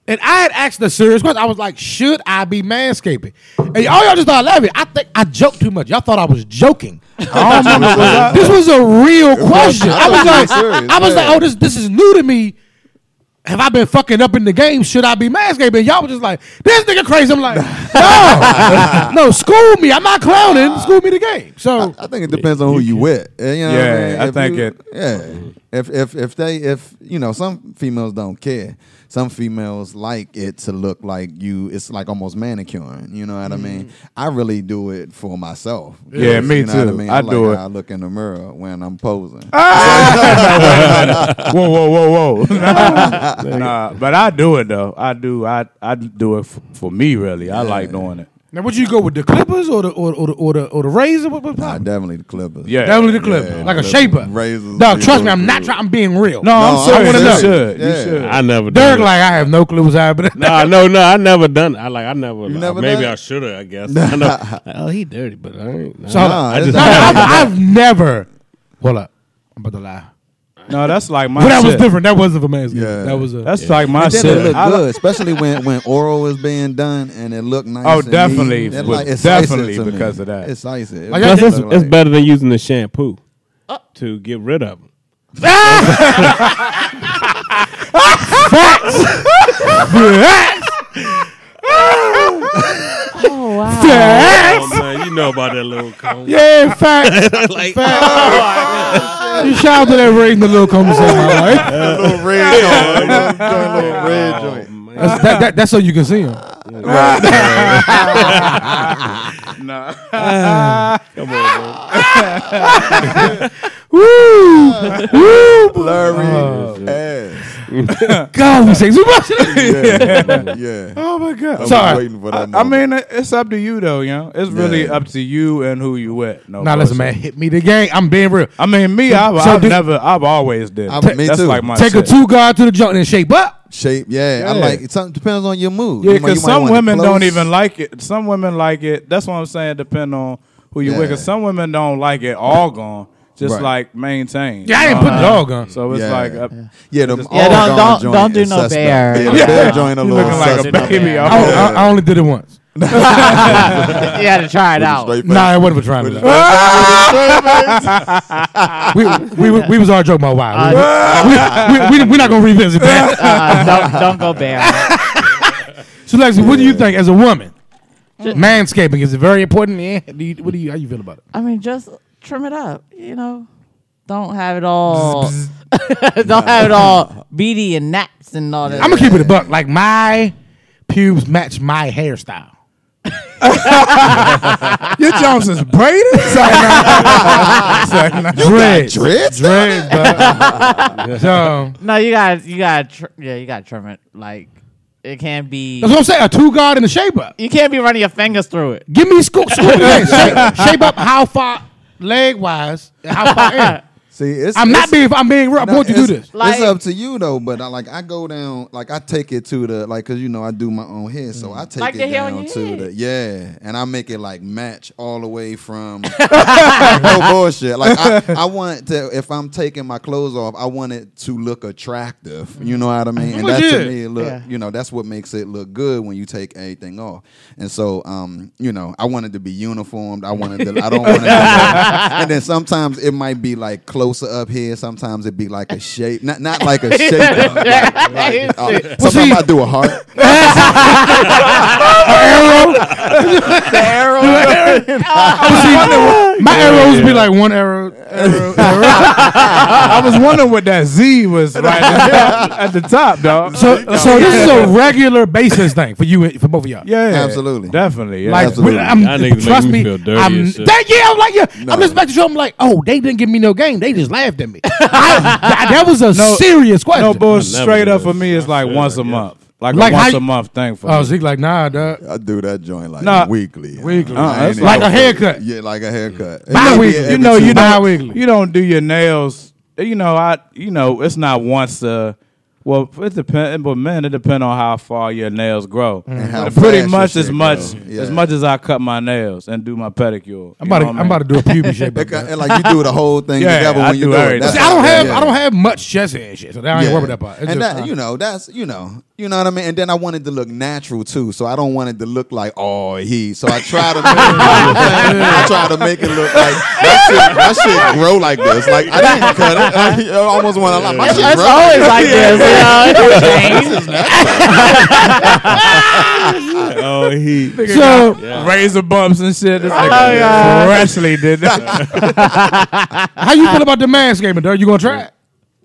S2: and I had asked a serious question. I was like, "Should I be manscaping?" And all y'all just started laughing. I think I joked too much. Y'all thought I was joking. I don't remember. this was a real question. I was like,
S5: serious,
S2: I was
S5: yeah.
S2: like, "Oh, this this is new to me." Have I been fucking up in the game? Should I be manscaping? Y'all were just like, this nigga crazy. I'm like, no, no, school me. I'm not clowning. School me the game. So
S5: I think it depends on who you with. Eh, You know what
S3: Yeah,
S5: I, mean?
S3: I
S5: If
S3: think
S5: you-
S3: it-
S5: Yeah, if if if they if you know some females don't care. Some females like it to look like you. It's like almost manicuring. You know what I mean? I really do it for myself.
S3: Mm. Yeah, me
S5: You know what
S3: too.
S5: I, mean?
S3: I
S5: like
S3: do
S5: how
S3: it. Ah!
S5: I look in the mirror when I'm posing.
S3: whoa, whoa, whoa, whoa. nah, but I do it though. I do. I I do it f- for me really. I like doing it.
S2: now, would you go with the clippers or the or, or the or the or the razor? What, what,
S5: Nah, definitely the Clippers.
S3: Yeah.
S2: Definitely the clip.
S5: Yeah,
S2: like a
S5: the
S2: shaper.
S5: razors,
S2: Dog,
S5: yeah,
S2: trust me,
S5: those
S2: I'm not
S5: good.
S2: trying. I'm being real.
S3: No, I'm
S5: No,
S3: serious.
S5: I wanna
S3: you
S5: know.
S3: should. You
S5: Yeah.
S3: should.
S4: I never
S2: Derek,
S4: done it.
S2: like, I have no clue what's happening.
S4: Nah, no, no, I never done. I like, I never. like,
S5: never
S4: maybe
S5: done
S4: I
S5: it?
S4: should have. I guess. I know. Like, oh, he dirty, but I ain't. nah.
S2: So, hold
S5: Nah,
S2: up.
S5: it's
S2: No,
S5: not-
S2: I've, I've never. Hold up. I'm about to lie.
S3: No, that's like my.
S2: But that was
S3: shit.
S2: different. That wasn't for man's
S5: Yeah.
S2: That was a.
S3: That's like my
S5: And then it
S3: shit.
S5: look
S3: I li-
S5: good, especially when when oral is being done and it look nice.
S3: Oh,
S5: and neat.
S3: definitely,
S5: It
S3: but
S5: it's
S3: definitely
S5: icy to me.
S3: because of that.
S5: It's icy. It
S2: Like,
S5: really
S4: Plus, it's,
S5: look
S4: it's
S5: like-
S4: better than using the shampoo to get rid of them.
S6: Oh wow.
S4: Oh man, you know about that little comb.
S2: yeah, in fact,
S4: like,
S2: you shout out to that rating the little conversation. all right?
S5: A little red joint. A little red
S4: oh,
S5: joint.
S4: man.
S2: That's, that, that, that's so you can see him.
S3: Nah.
S4: Come on, man.
S2: Woo! Woo!
S5: Blurry ass.
S2: God, we say so much.
S5: Yeah. yeah.
S3: Oh my
S5: I
S3: god.
S5: was
S2: Sorry.
S5: waiting for that
S3: I
S5: moment.
S3: mean, it- it's up to you though, you know. It's really
S5: Yeah.
S3: up to you and who you with. No,
S2: Now, listen, man,
S3: bullshit.
S2: hit me the game. I'm being real.
S3: I mean, me, I've,
S2: So
S3: I've
S2: do-
S3: never, I've always did.
S5: I-
S3: it.
S5: me
S3: That's
S5: too.
S3: like my
S2: Take a
S3: shit.
S2: two guard to the joint and shape up.
S5: shape. Yeah, I
S3: Yeah.
S5: like. It some- depends on your mood.
S3: Yeah,
S5: You might-
S3: because
S5: you might
S3: some
S5: want it
S3: women
S5: close.
S3: don't even like it. Some women like it. That's what I'm saying. Depend on who you with.
S5: Yeah.
S3: Because some women don't like it all gone. Just
S5: Right.
S3: like maintain.
S2: Yeah, I ain't
S3: Uh,
S2: put dog on.
S3: So it's
S5: Yeah.
S3: like a,
S5: Yeah, them
S3: Yeah,
S1: don't-
S5: all gone
S1: don't-
S5: joint
S1: don't do
S5: is
S1: no
S5: suspect.
S1: bear.
S5: Yeah, the bear joint a
S3: you
S5: little
S3: looking like a
S5: suspect.
S3: baby.
S1: Yeah.
S2: I,
S3: I'm-
S2: I- I only did it once.
S1: you had to try it out.
S5: Straight face.
S2: Nah, it wasn't for trying
S5: With
S2: to. we, we, we, we was all joking about
S3: Uh,
S2: why. We, we, we, we, are not going to revisit that.
S1: Uh, don't, don't go bare.
S2: So, Lexi, what do you think as a woman? Manscaping is it very important? Yeah. Do you, what do you? How you feel about it?
S1: I mean, just trim it up, you know. Don't have it all. don't have it all beady and naps and all that.
S2: I'm gonna keep it a buck. Like my pubes match my hairstyle.
S3: Your Jones is braided. It's like, nah. It's like, nah.
S2: Dreads,
S5: dreads?
S2: dreads. bro. so
S1: no, you got to you got tr- yeah, you got to trim it. Like it can't be.
S2: that's what I'm saying. A two guard and a shape up.
S1: You can't be running your fingers through it.
S2: Give me scoop, scoop it in. Shape, shape up how far leg wise, how far in.
S5: See, it's,
S2: I'm
S5: it's,
S2: not being. I'm being real. I
S5: No,
S2: want you to do
S5: it's-
S2: this.
S1: Like-
S5: it's up to you though, but I, like I go down, like I take it to the like, cause you know I do my own hair, so I take
S1: Like the
S5: it
S1: hair on
S5: down
S1: your
S5: to
S1: head.
S5: the yeah, and I make it like match all the way from no bullshit. Like I, I want to, if I'm taking my clothes off, I want it to look attractive. You know what I mean? And that
S2: Legit.
S5: to me, it look,
S1: Yeah.
S5: you know, that's what makes it look good when you take everything off. And so, um, you know, I wanted to be uniformed. I wanted to, I don't want to. and then sometimes it might be like closer up here. Sometimes it be like a shape, not not like a shape. though. Like, like, uh, sometimes
S2: see-
S5: I do a heart.
S2: My arrows be like one arrow.
S5: Oh,
S2: arrow, arrow.
S3: I was wondering what that Z was right at the top, dog.
S2: So, so this is a regular basis thing for you, and- for both of y'all.
S3: yeah,
S5: Absolutely.
S3: definitely. Yeah.
S2: Like,
S5: Absolutely.
S2: we- I'm,
S4: Y'all niggas
S2: trust
S4: make
S2: me,
S4: me feel dirty
S2: I'm,
S4: as shit.
S2: that, yeah, I'm like, yeah,
S5: No.
S2: I'm listening back to you. I'm like, oh, they didn't give me no game. They just laughed at me. I, that, that was a serious question.
S3: no bullshit.
S4: I never
S3: Straight
S4: do
S3: up
S4: this.
S3: for me, it's like once a month, like,
S2: Like
S3: a
S2: how
S3: once
S2: you-
S3: a month thing for
S2: Oh,
S3: me.
S2: Zeke, like, nah, dog.
S5: I do that joint like
S3: Nah.
S5: weekly. Uh-huh.
S2: Weekly.
S5: I
S3: Uh-uh,
S5: ain't
S3: it's
S5: even
S2: like a
S5: gonna-
S2: haircut.
S5: Yeah, like a haircut.
S2: Bi-weekly.
S5: It might be every
S3: you know,
S5: two
S3: you
S5: months.
S3: don't,
S2: Bi-weekly.
S3: you don't do your nails. You know, I you know it's not once a. Well, it depends, but man, it depends on how far your nails grow.
S5: how
S3: But pretty
S5: fast
S3: much
S5: your
S3: as
S5: shit
S3: much
S5: grow. Yeah.
S3: as much as I cut my nails and do my pedicure.
S2: I'm about, to,
S3: you know what I
S2: I'm about to do a pubic shape. up,
S5: It,
S2: dog.
S5: ca- it like you do the whole thing
S3: Yeah,
S5: together
S3: I
S5: when you
S3: do
S5: do it.
S3: everything.
S5: That's
S2: See, I don't
S5: how-
S2: have,
S5: yeah.
S2: I don't have much chest hair and shit, so I ain't
S5: Yeah.
S2: worried about that part. It's
S5: and
S2: just,
S5: that,
S2: uh,
S5: you know, that's you know, you know what I mean. And then I wanted to look natural too, so I don't want it to look like oh he. So I try to, make, I try to make it look like that shit, that shit grow like this. Like I didn't cut it. I, almost want to like my shit
S1: It's
S5: grow.
S1: always like this. You know?
S3: Oh, he
S2: so
S3: razor bumps and shit. It's like freshly did that.
S2: how you feel about the manscaping, dog? You gonna try it?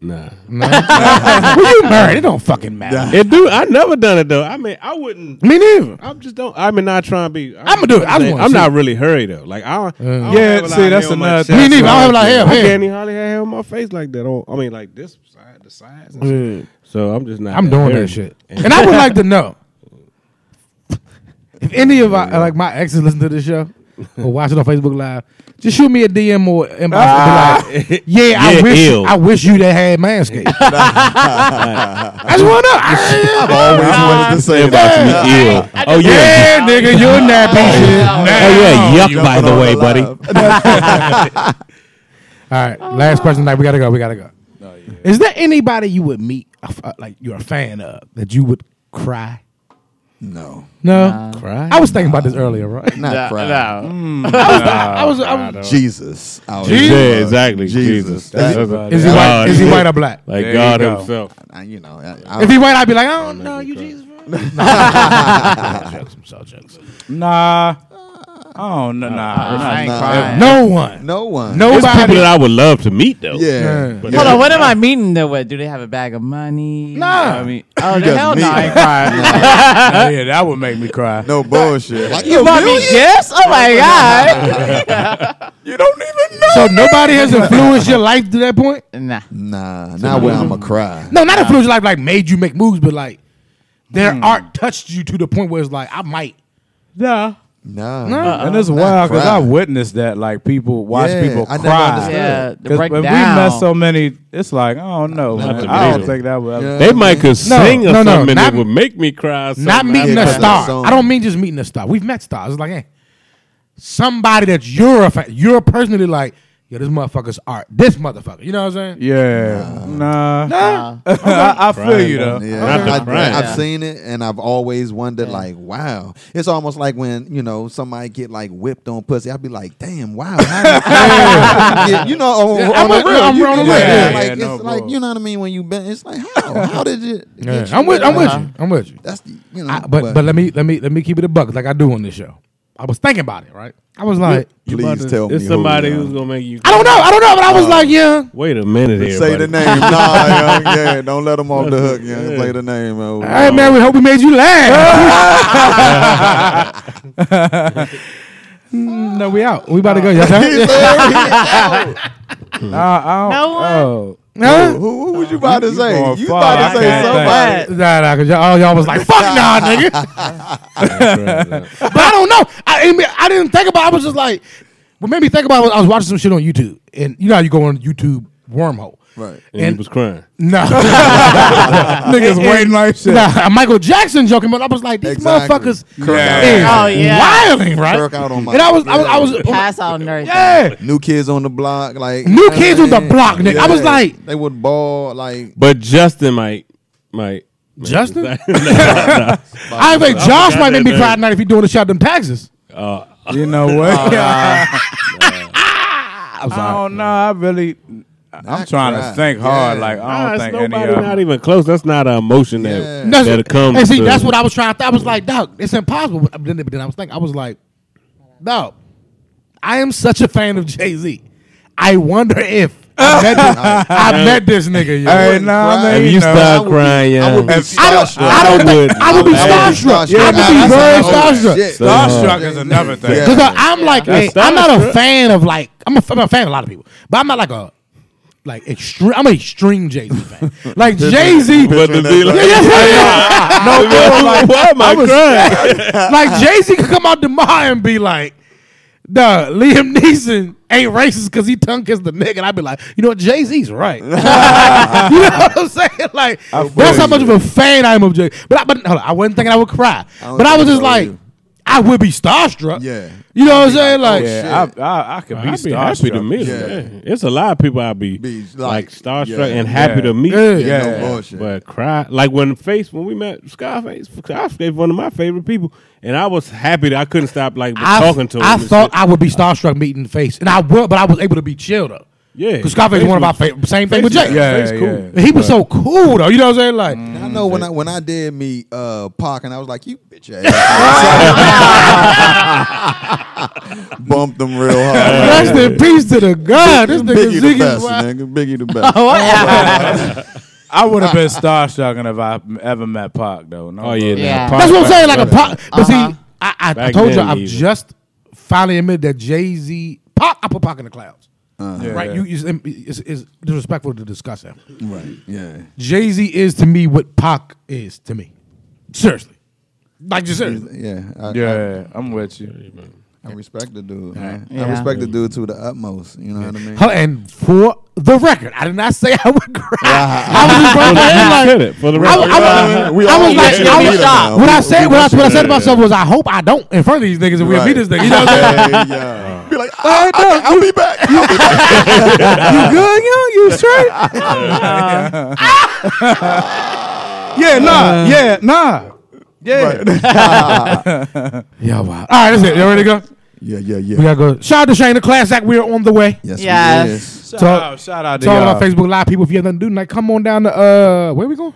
S4: Nah.
S2: well, you married. It don't fucking matter.
S4: It do. I never done it though. I mean, I wouldn't.
S2: Me neither.
S4: I'm just don't. I mean, not trying to be. I'm,
S2: I'ma do it. I
S4: I'm,
S2: wanna see
S4: not
S2: it.
S4: really hurried though. Like I. don't- I don't
S3: Yeah,
S4: have a lot
S3: see,
S4: of
S3: that's
S4: hair on my
S3: another
S4: chest.
S3: thing.
S2: Me neither. I don't have a lot of hair.
S4: I
S2: Hell.
S4: can't even hardly have hair on my face like that. On, I mean, like this side, the sides. and shit. So I'm just not.
S2: I'm doing
S4: hairy.
S2: that shit. And I would like to know if any of our, like my exes listen to this show or watch it on Facebook Live, just shoot me a DM or inbox. and be like, yeah, I
S4: Yeah,
S2: wish
S4: ew.
S2: I wish you that had manscaped. I just want to know.
S5: Always wanted to say about you.
S1: Ew. I
S4: Oh
S1: just-
S2: Yeah,
S4: yeah.
S2: nigga, you're that
S1: yeah.
S2: bitch.
S4: Oh yeah. Yuck.
S5: Jumping
S4: by the
S5: on
S4: way,
S5: the
S4: buddy.
S5: live.
S2: All right, last question tonight. We gotta go. We gotta go. Is there anybody you would meet, uh, like you're a fan of, that you would cry?
S5: No,
S2: No,
S4: Cry?
S2: I was thinking about this earlier, right?
S5: not
S1: No,
S5: crying.
S1: no.
S2: I was, I was
S5: Jesus. Our
S2: Jesus.
S4: Yeah,
S5: Lord.
S4: exactly. Jesus.
S5: Jesus.
S4: That's-
S5: That-
S4: that's-
S2: Is he white?
S4: God,
S2: Is he
S4: yeah.
S2: white or black?
S4: Like
S3: There you
S4: God
S3: go.
S4: himself.
S5: I- you know, I,
S2: If
S5: I-
S2: he white, I'd be like, I don't know, you Jesus.
S3: Nah. Oh no, nah, nah.
S1: I ain't
S5: Nah.
S1: crying.
S2: No one,
S5: no one.
S4: There's people
S2: nobody.
S4: that I would love to meet though.
S5: Yeah.
S4: But
S1: Hold on, what am I meeting though? What do they have a bag of money?
S2: Nah.
S1: I mean, oh
S5: You
S1: the
S5: just
S1: hell no,
S5: meet
S1: I ain't crying.
S3: Oh, yeah, that would make me cry.
S5: No bullshit. Like
S1: You
S5: a
S1: bought me
S5: million?
S1: gifts? Oh my god!
S3: You don't even know.
S2: So nobody has influenced your life to that point.
S1: nah,
S5: Nah, not where I'ma cry.
S2: No, not influenced your life, like made you make moves, but like their art touched you to the point where it's like I might.
S3: Nah.
S5: Nah.
S3: And it's wild because I witnessed that. Like people watch
S5: Yeah,
S3: people
S5: I never
S3: cry.
S5: understood.
S1: Yeah, the
S3: 'Cause when we
S1: breakdown.
S3: mess so many, it's like I don't know.
S5: Not
S3: man.
S4: the
S3: I don't
S4: Beatles.
S3: think that would. Ever.
S5: Yeah.
S4: They might could sing or
S2: no, no,
S4: something
S2: not-
S4: that would make me cry.
S2: Not
S4: something.
S2: meeting
S5: Yeah,
S2: a
S5: 'cause
S2: star.
S5: that song-
S2: I don't mean just meeting a star. We've met stars. It's like, eh, somebody that you're a fan, you're personally like, yo, this motherfucker's art. This motherfucker. You know what I'm saying?
S3: Yeah, nah. I, I feel you though.
S5: Yeah,
S4: Not the
S5: I,
S4: brand.
S5: have seen it, and I've always wondered, like, wow. It's almost like when you know somebody get like whipped on pussy. I'd be like, damn, wow. how did- Yeah, you know, on,
S2: I'm
S5: on
S2: with-
S5: the real,
S2: I'm
S5: you
S2: wrong
S5: do
S2: with
S5: that.
S3: that.
S5: like
S3: Yeah,
S5: it's
S3: no
S5: like
S3: bull.
S5: you know what I mean. When you been, it's like how how did it?
S2: Yeah,
S5: get
S2: I'm with. I'm with
S5: Uh-huh.
S2: you. I'm with you.
S5: That's the- you know,
S2: I, but, but let me let me let me keep it a buck like I do on this show. I was thinking about it, right? I was like,
S4: You
S5: Please
S4: about to-
S5: tell me
S4: It's
S5: who,
S4: somebody
S5: yeah.
S4: who's gonna make you.
S2: I don't know, I don't know, but I was like, yeah.
S4: Wait a minute here.
S5: say the
S4: buddy.
S5: name. Nah, young, yeah, don't let them off the hook. Young,
S4: Yeah.
S5: say the name. Oh,
S2: All right, man. We hope we made you laugh. no, we out. We about to go. Y'all done?
S3: I, I
S1: No one?
S3: don't,
S2: Huh?
S5: who, who was you about to
S3: You
S5: say?
S3: going
S5: You
S3: far.
S5: about
S3: I
S5: to say
S3: can't
S5: somebody?
S1: think.
S2: Nah, nah, cause y'all, all y'all was like, "Fuck nah, nigga." but I don't know. I, I mean, I didn't think about. it. I was just like, what made me think about? it was I was watching some shit on YouTube, and you know how you go on YouTube wormhole,
S5: Right.
S4: And, he was crying.
S2: No,
S3: oh, niggas waiting like shit.
S2: nah, Michael Jackson joking, but I was like, these
S5: Exactly.
S2: motherfuckers,
S5: Kirk out.
S2: is
S1: Oh, yeah.
S2: wilding, right?
S5: Kirk out on my.
S2: and I was, I was, I was,
S1: Pass out and everything.
S2: yeah.
S5: New kids on the block, like
S2: New Kids on the Block, nigga. I was like-
S5: they would ball like
S4: But Justin might might.
S2: Justin,
S4: No.
S2: I think Josh
S4: forgot
S2: might make
S4: that
S2: me cry
S4: name.
S2: tonight if he doing the shot them taxes.
S3: You know what? I don't know. I really. I'm
S5: Not
S3: trying
S5: cry.
S3: to think hard.
S5: Yeah.
S3: Like I
S4: Nah,
S3: don't
S4: it's
S3: think any
S4: nobody
S3: of
S4: not even close. That's not an emotion that
S5: Yeah.
S2: That's,
S4: that comes.
S2: and see,
S4: to-
S2: that's what I was trying. to I was like, dog, it's impossible. But then, but then I was thinking, I was like, no, I am such a fan of Jay Z. I wonder if I met this, I met this nigga. Yo.
S3: Hey, nah,
S5: Cry.
S3: man.
S4: If
S3: You
S4: you
S3: know,
S5: I
S4: stop
S5: would be-
S4: crying,
S5: I would
S4: yeah.
S5: be
S2: I don't.
S5: starstruck.
S2: I don't think
S4: would-
S2: I would be
S4: I would-
S2: starstruck.
S5: Yeah,
S2: I would
S5: nah,
S2: be
S5: that's
S2: very
S5: how old-
S2: starstruck.
S5: shit.
S4: uh,
S3: Starstruck is another thing.
S5: Yeah.
S2: Because I'm like, a,
S4: That's
S2: I'm not a
S4: starstruck.
S2: fan of like, I'm a, I'm a fan of a lot of people, but I'm not like a like extreme. I'm an extreme Jay Z fan. Like Jay Z,
S4: But to be like, no, why am I crying?
S2: like Jay Z could come out tomorrow and be like, "Duh, Liam Neeson ain't racist because he tongue kissed the nigga." And I'd be like, "You know what? Jay Z's right." you know what I'm saying? Like that's how much of a fan I am of Jay. But I, but hold on, I wasn't thinking I would cry,
S5: don't
S2: but I was just
S5: think so
S2: like,
S5: either.
S2: I would be starstruck.
S5: Yeah.
S2: you know what I'm saying? Like.
S3: oh, yeah, I, I, I could be,
S4: I'd be
S3: starstruck.
S4: happy to meet
S5: Yeah.
S4: him. Yeah. It's a lot of people I'd be,
S5: Be like,
S4: like, starstruck
S5: yeah.
S4: and happy
S3: Yeah.
S4: to meet.
S2: Yeah.
S5: yeah, Oh, no
S3: Yeah.
S5: bullshit.
S4: But cry like when face when we met Scarface, Scarface one of my favorite people, and I was happy that I couldn't stop like
S2: I,
S4: talking to him.
S2: I
S4: and
S2: thought
S4: shit.
S2: I would be starstruck meeting face, and I would, but I was able to be chill though.
S4: Yeah.
S2: because Scarface is one of my
S4: Face
S2: favorite. Same thing with
S4: Face-
S2: Jay.
S3: Yeah,
S4: That's
S3: yeah.
S4: cool.
S2: he was so cool though. You know what I'm saying? Like,
S5: I know when I when I did meet uh Pac and I was like, you bitch ass. Bumped them real hard.
S2: Rest in peace to the God. This nigga
S5: Biggie the
S2: Ziggy
S5: best,
S2: wild.
S5: nigga. Biggie the best.
S3: I would have been starstruck if I ever met Pac though. No,
S4: Oh yeah,
S3: bull.
S1: Yeah.
S4: Now,
S2: That's what I'm saying. Like a
S5: Brother. Uh-huh.
S2: pop. But see, I, I, I
S4: Back
S2: told you,
S4: then,
S2: I've
S4: even.
S2: just finally admitted that Jay Z. Pop, I put Pac in the clouds.
S5: Uh-huh.
S3: Yeah.
S2: Right? You, you it's, it's disrespectful to discuss him.
S5: Right. Yeah.
S2: Jay Z is to me what Pac is to me. Seriously. Like, just seriously.
S5: Yeah. I,
S3: yeah, I'm with you.
S5: I, I respect the dude. man. I
S1: Yeah.
S5: respect the dude to the utmost. You know what I mean?
S2: Huh, And for the record, I did not say I would cry. I was just right there, like,
S4: said it for the
S2: I,
S4: record.
S2: was- I was-
S5: We
S2: I
S5: all
S2: was like,
S5: should
S2: I
S5: meet
S2: was,
S5: him now.
S2: what I
S5: We-
S2: said,
S5: we
S2: what I,
S5: should
S2: what I said to
S5: meet him.
S2: myself was, I hope I don't in front of these niggas if we meet this nigga. You know what I'm saying?
S5: Yeah, yeah. Be like, I, will be back. I'll be back.
S2: You good, yo? You straight?
S3: Yeah, nah, yeah, nah.
S2: Yeah, wow. All right, that's it. You ready to go?
S5: Yeah, yeah,
S2: We
S5: yeah.
S2: gotta go. Shout out to Shane the Class Act. We are on the way.
S5: Yes,
S1: Yes.
S5: we is.
S3: Shout
S2: So-
S3: out, shout out to
S2: To all our
S3: y'all.
S2: Facebook Live people, if you have nothing to do tonight, come on down to uh, where we going?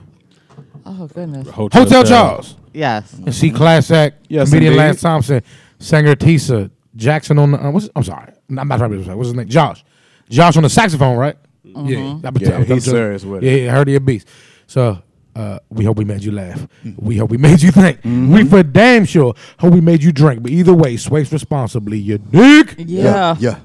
S1: Oh goodness.
S4: Hotel,
S2: Hotel Charles
S1: Yes.
S2: and see Class Act
S3: Yes,
S2: comedian
S3: indeed.
S2: Lance Thompson, singer Tisa Jackson on the. Uh, what's, I'm sorry, I'm not trying to be sorry. What's his name? Josh. Josh on the saxophone, right? Yeah, I've been-
S3: Yeah,
S2: I've been-
S3: he's serious with it.
S2: Yeah, yeah, I heard of your beats. So. Uh, we hope we made you laugh. We hope we made you think. We
S3: Mm-hmm.
S2: for damn sure hope we made you drink. But either way, swakes responsibly. You dick.
S1: Yeah.
S5: Yeah.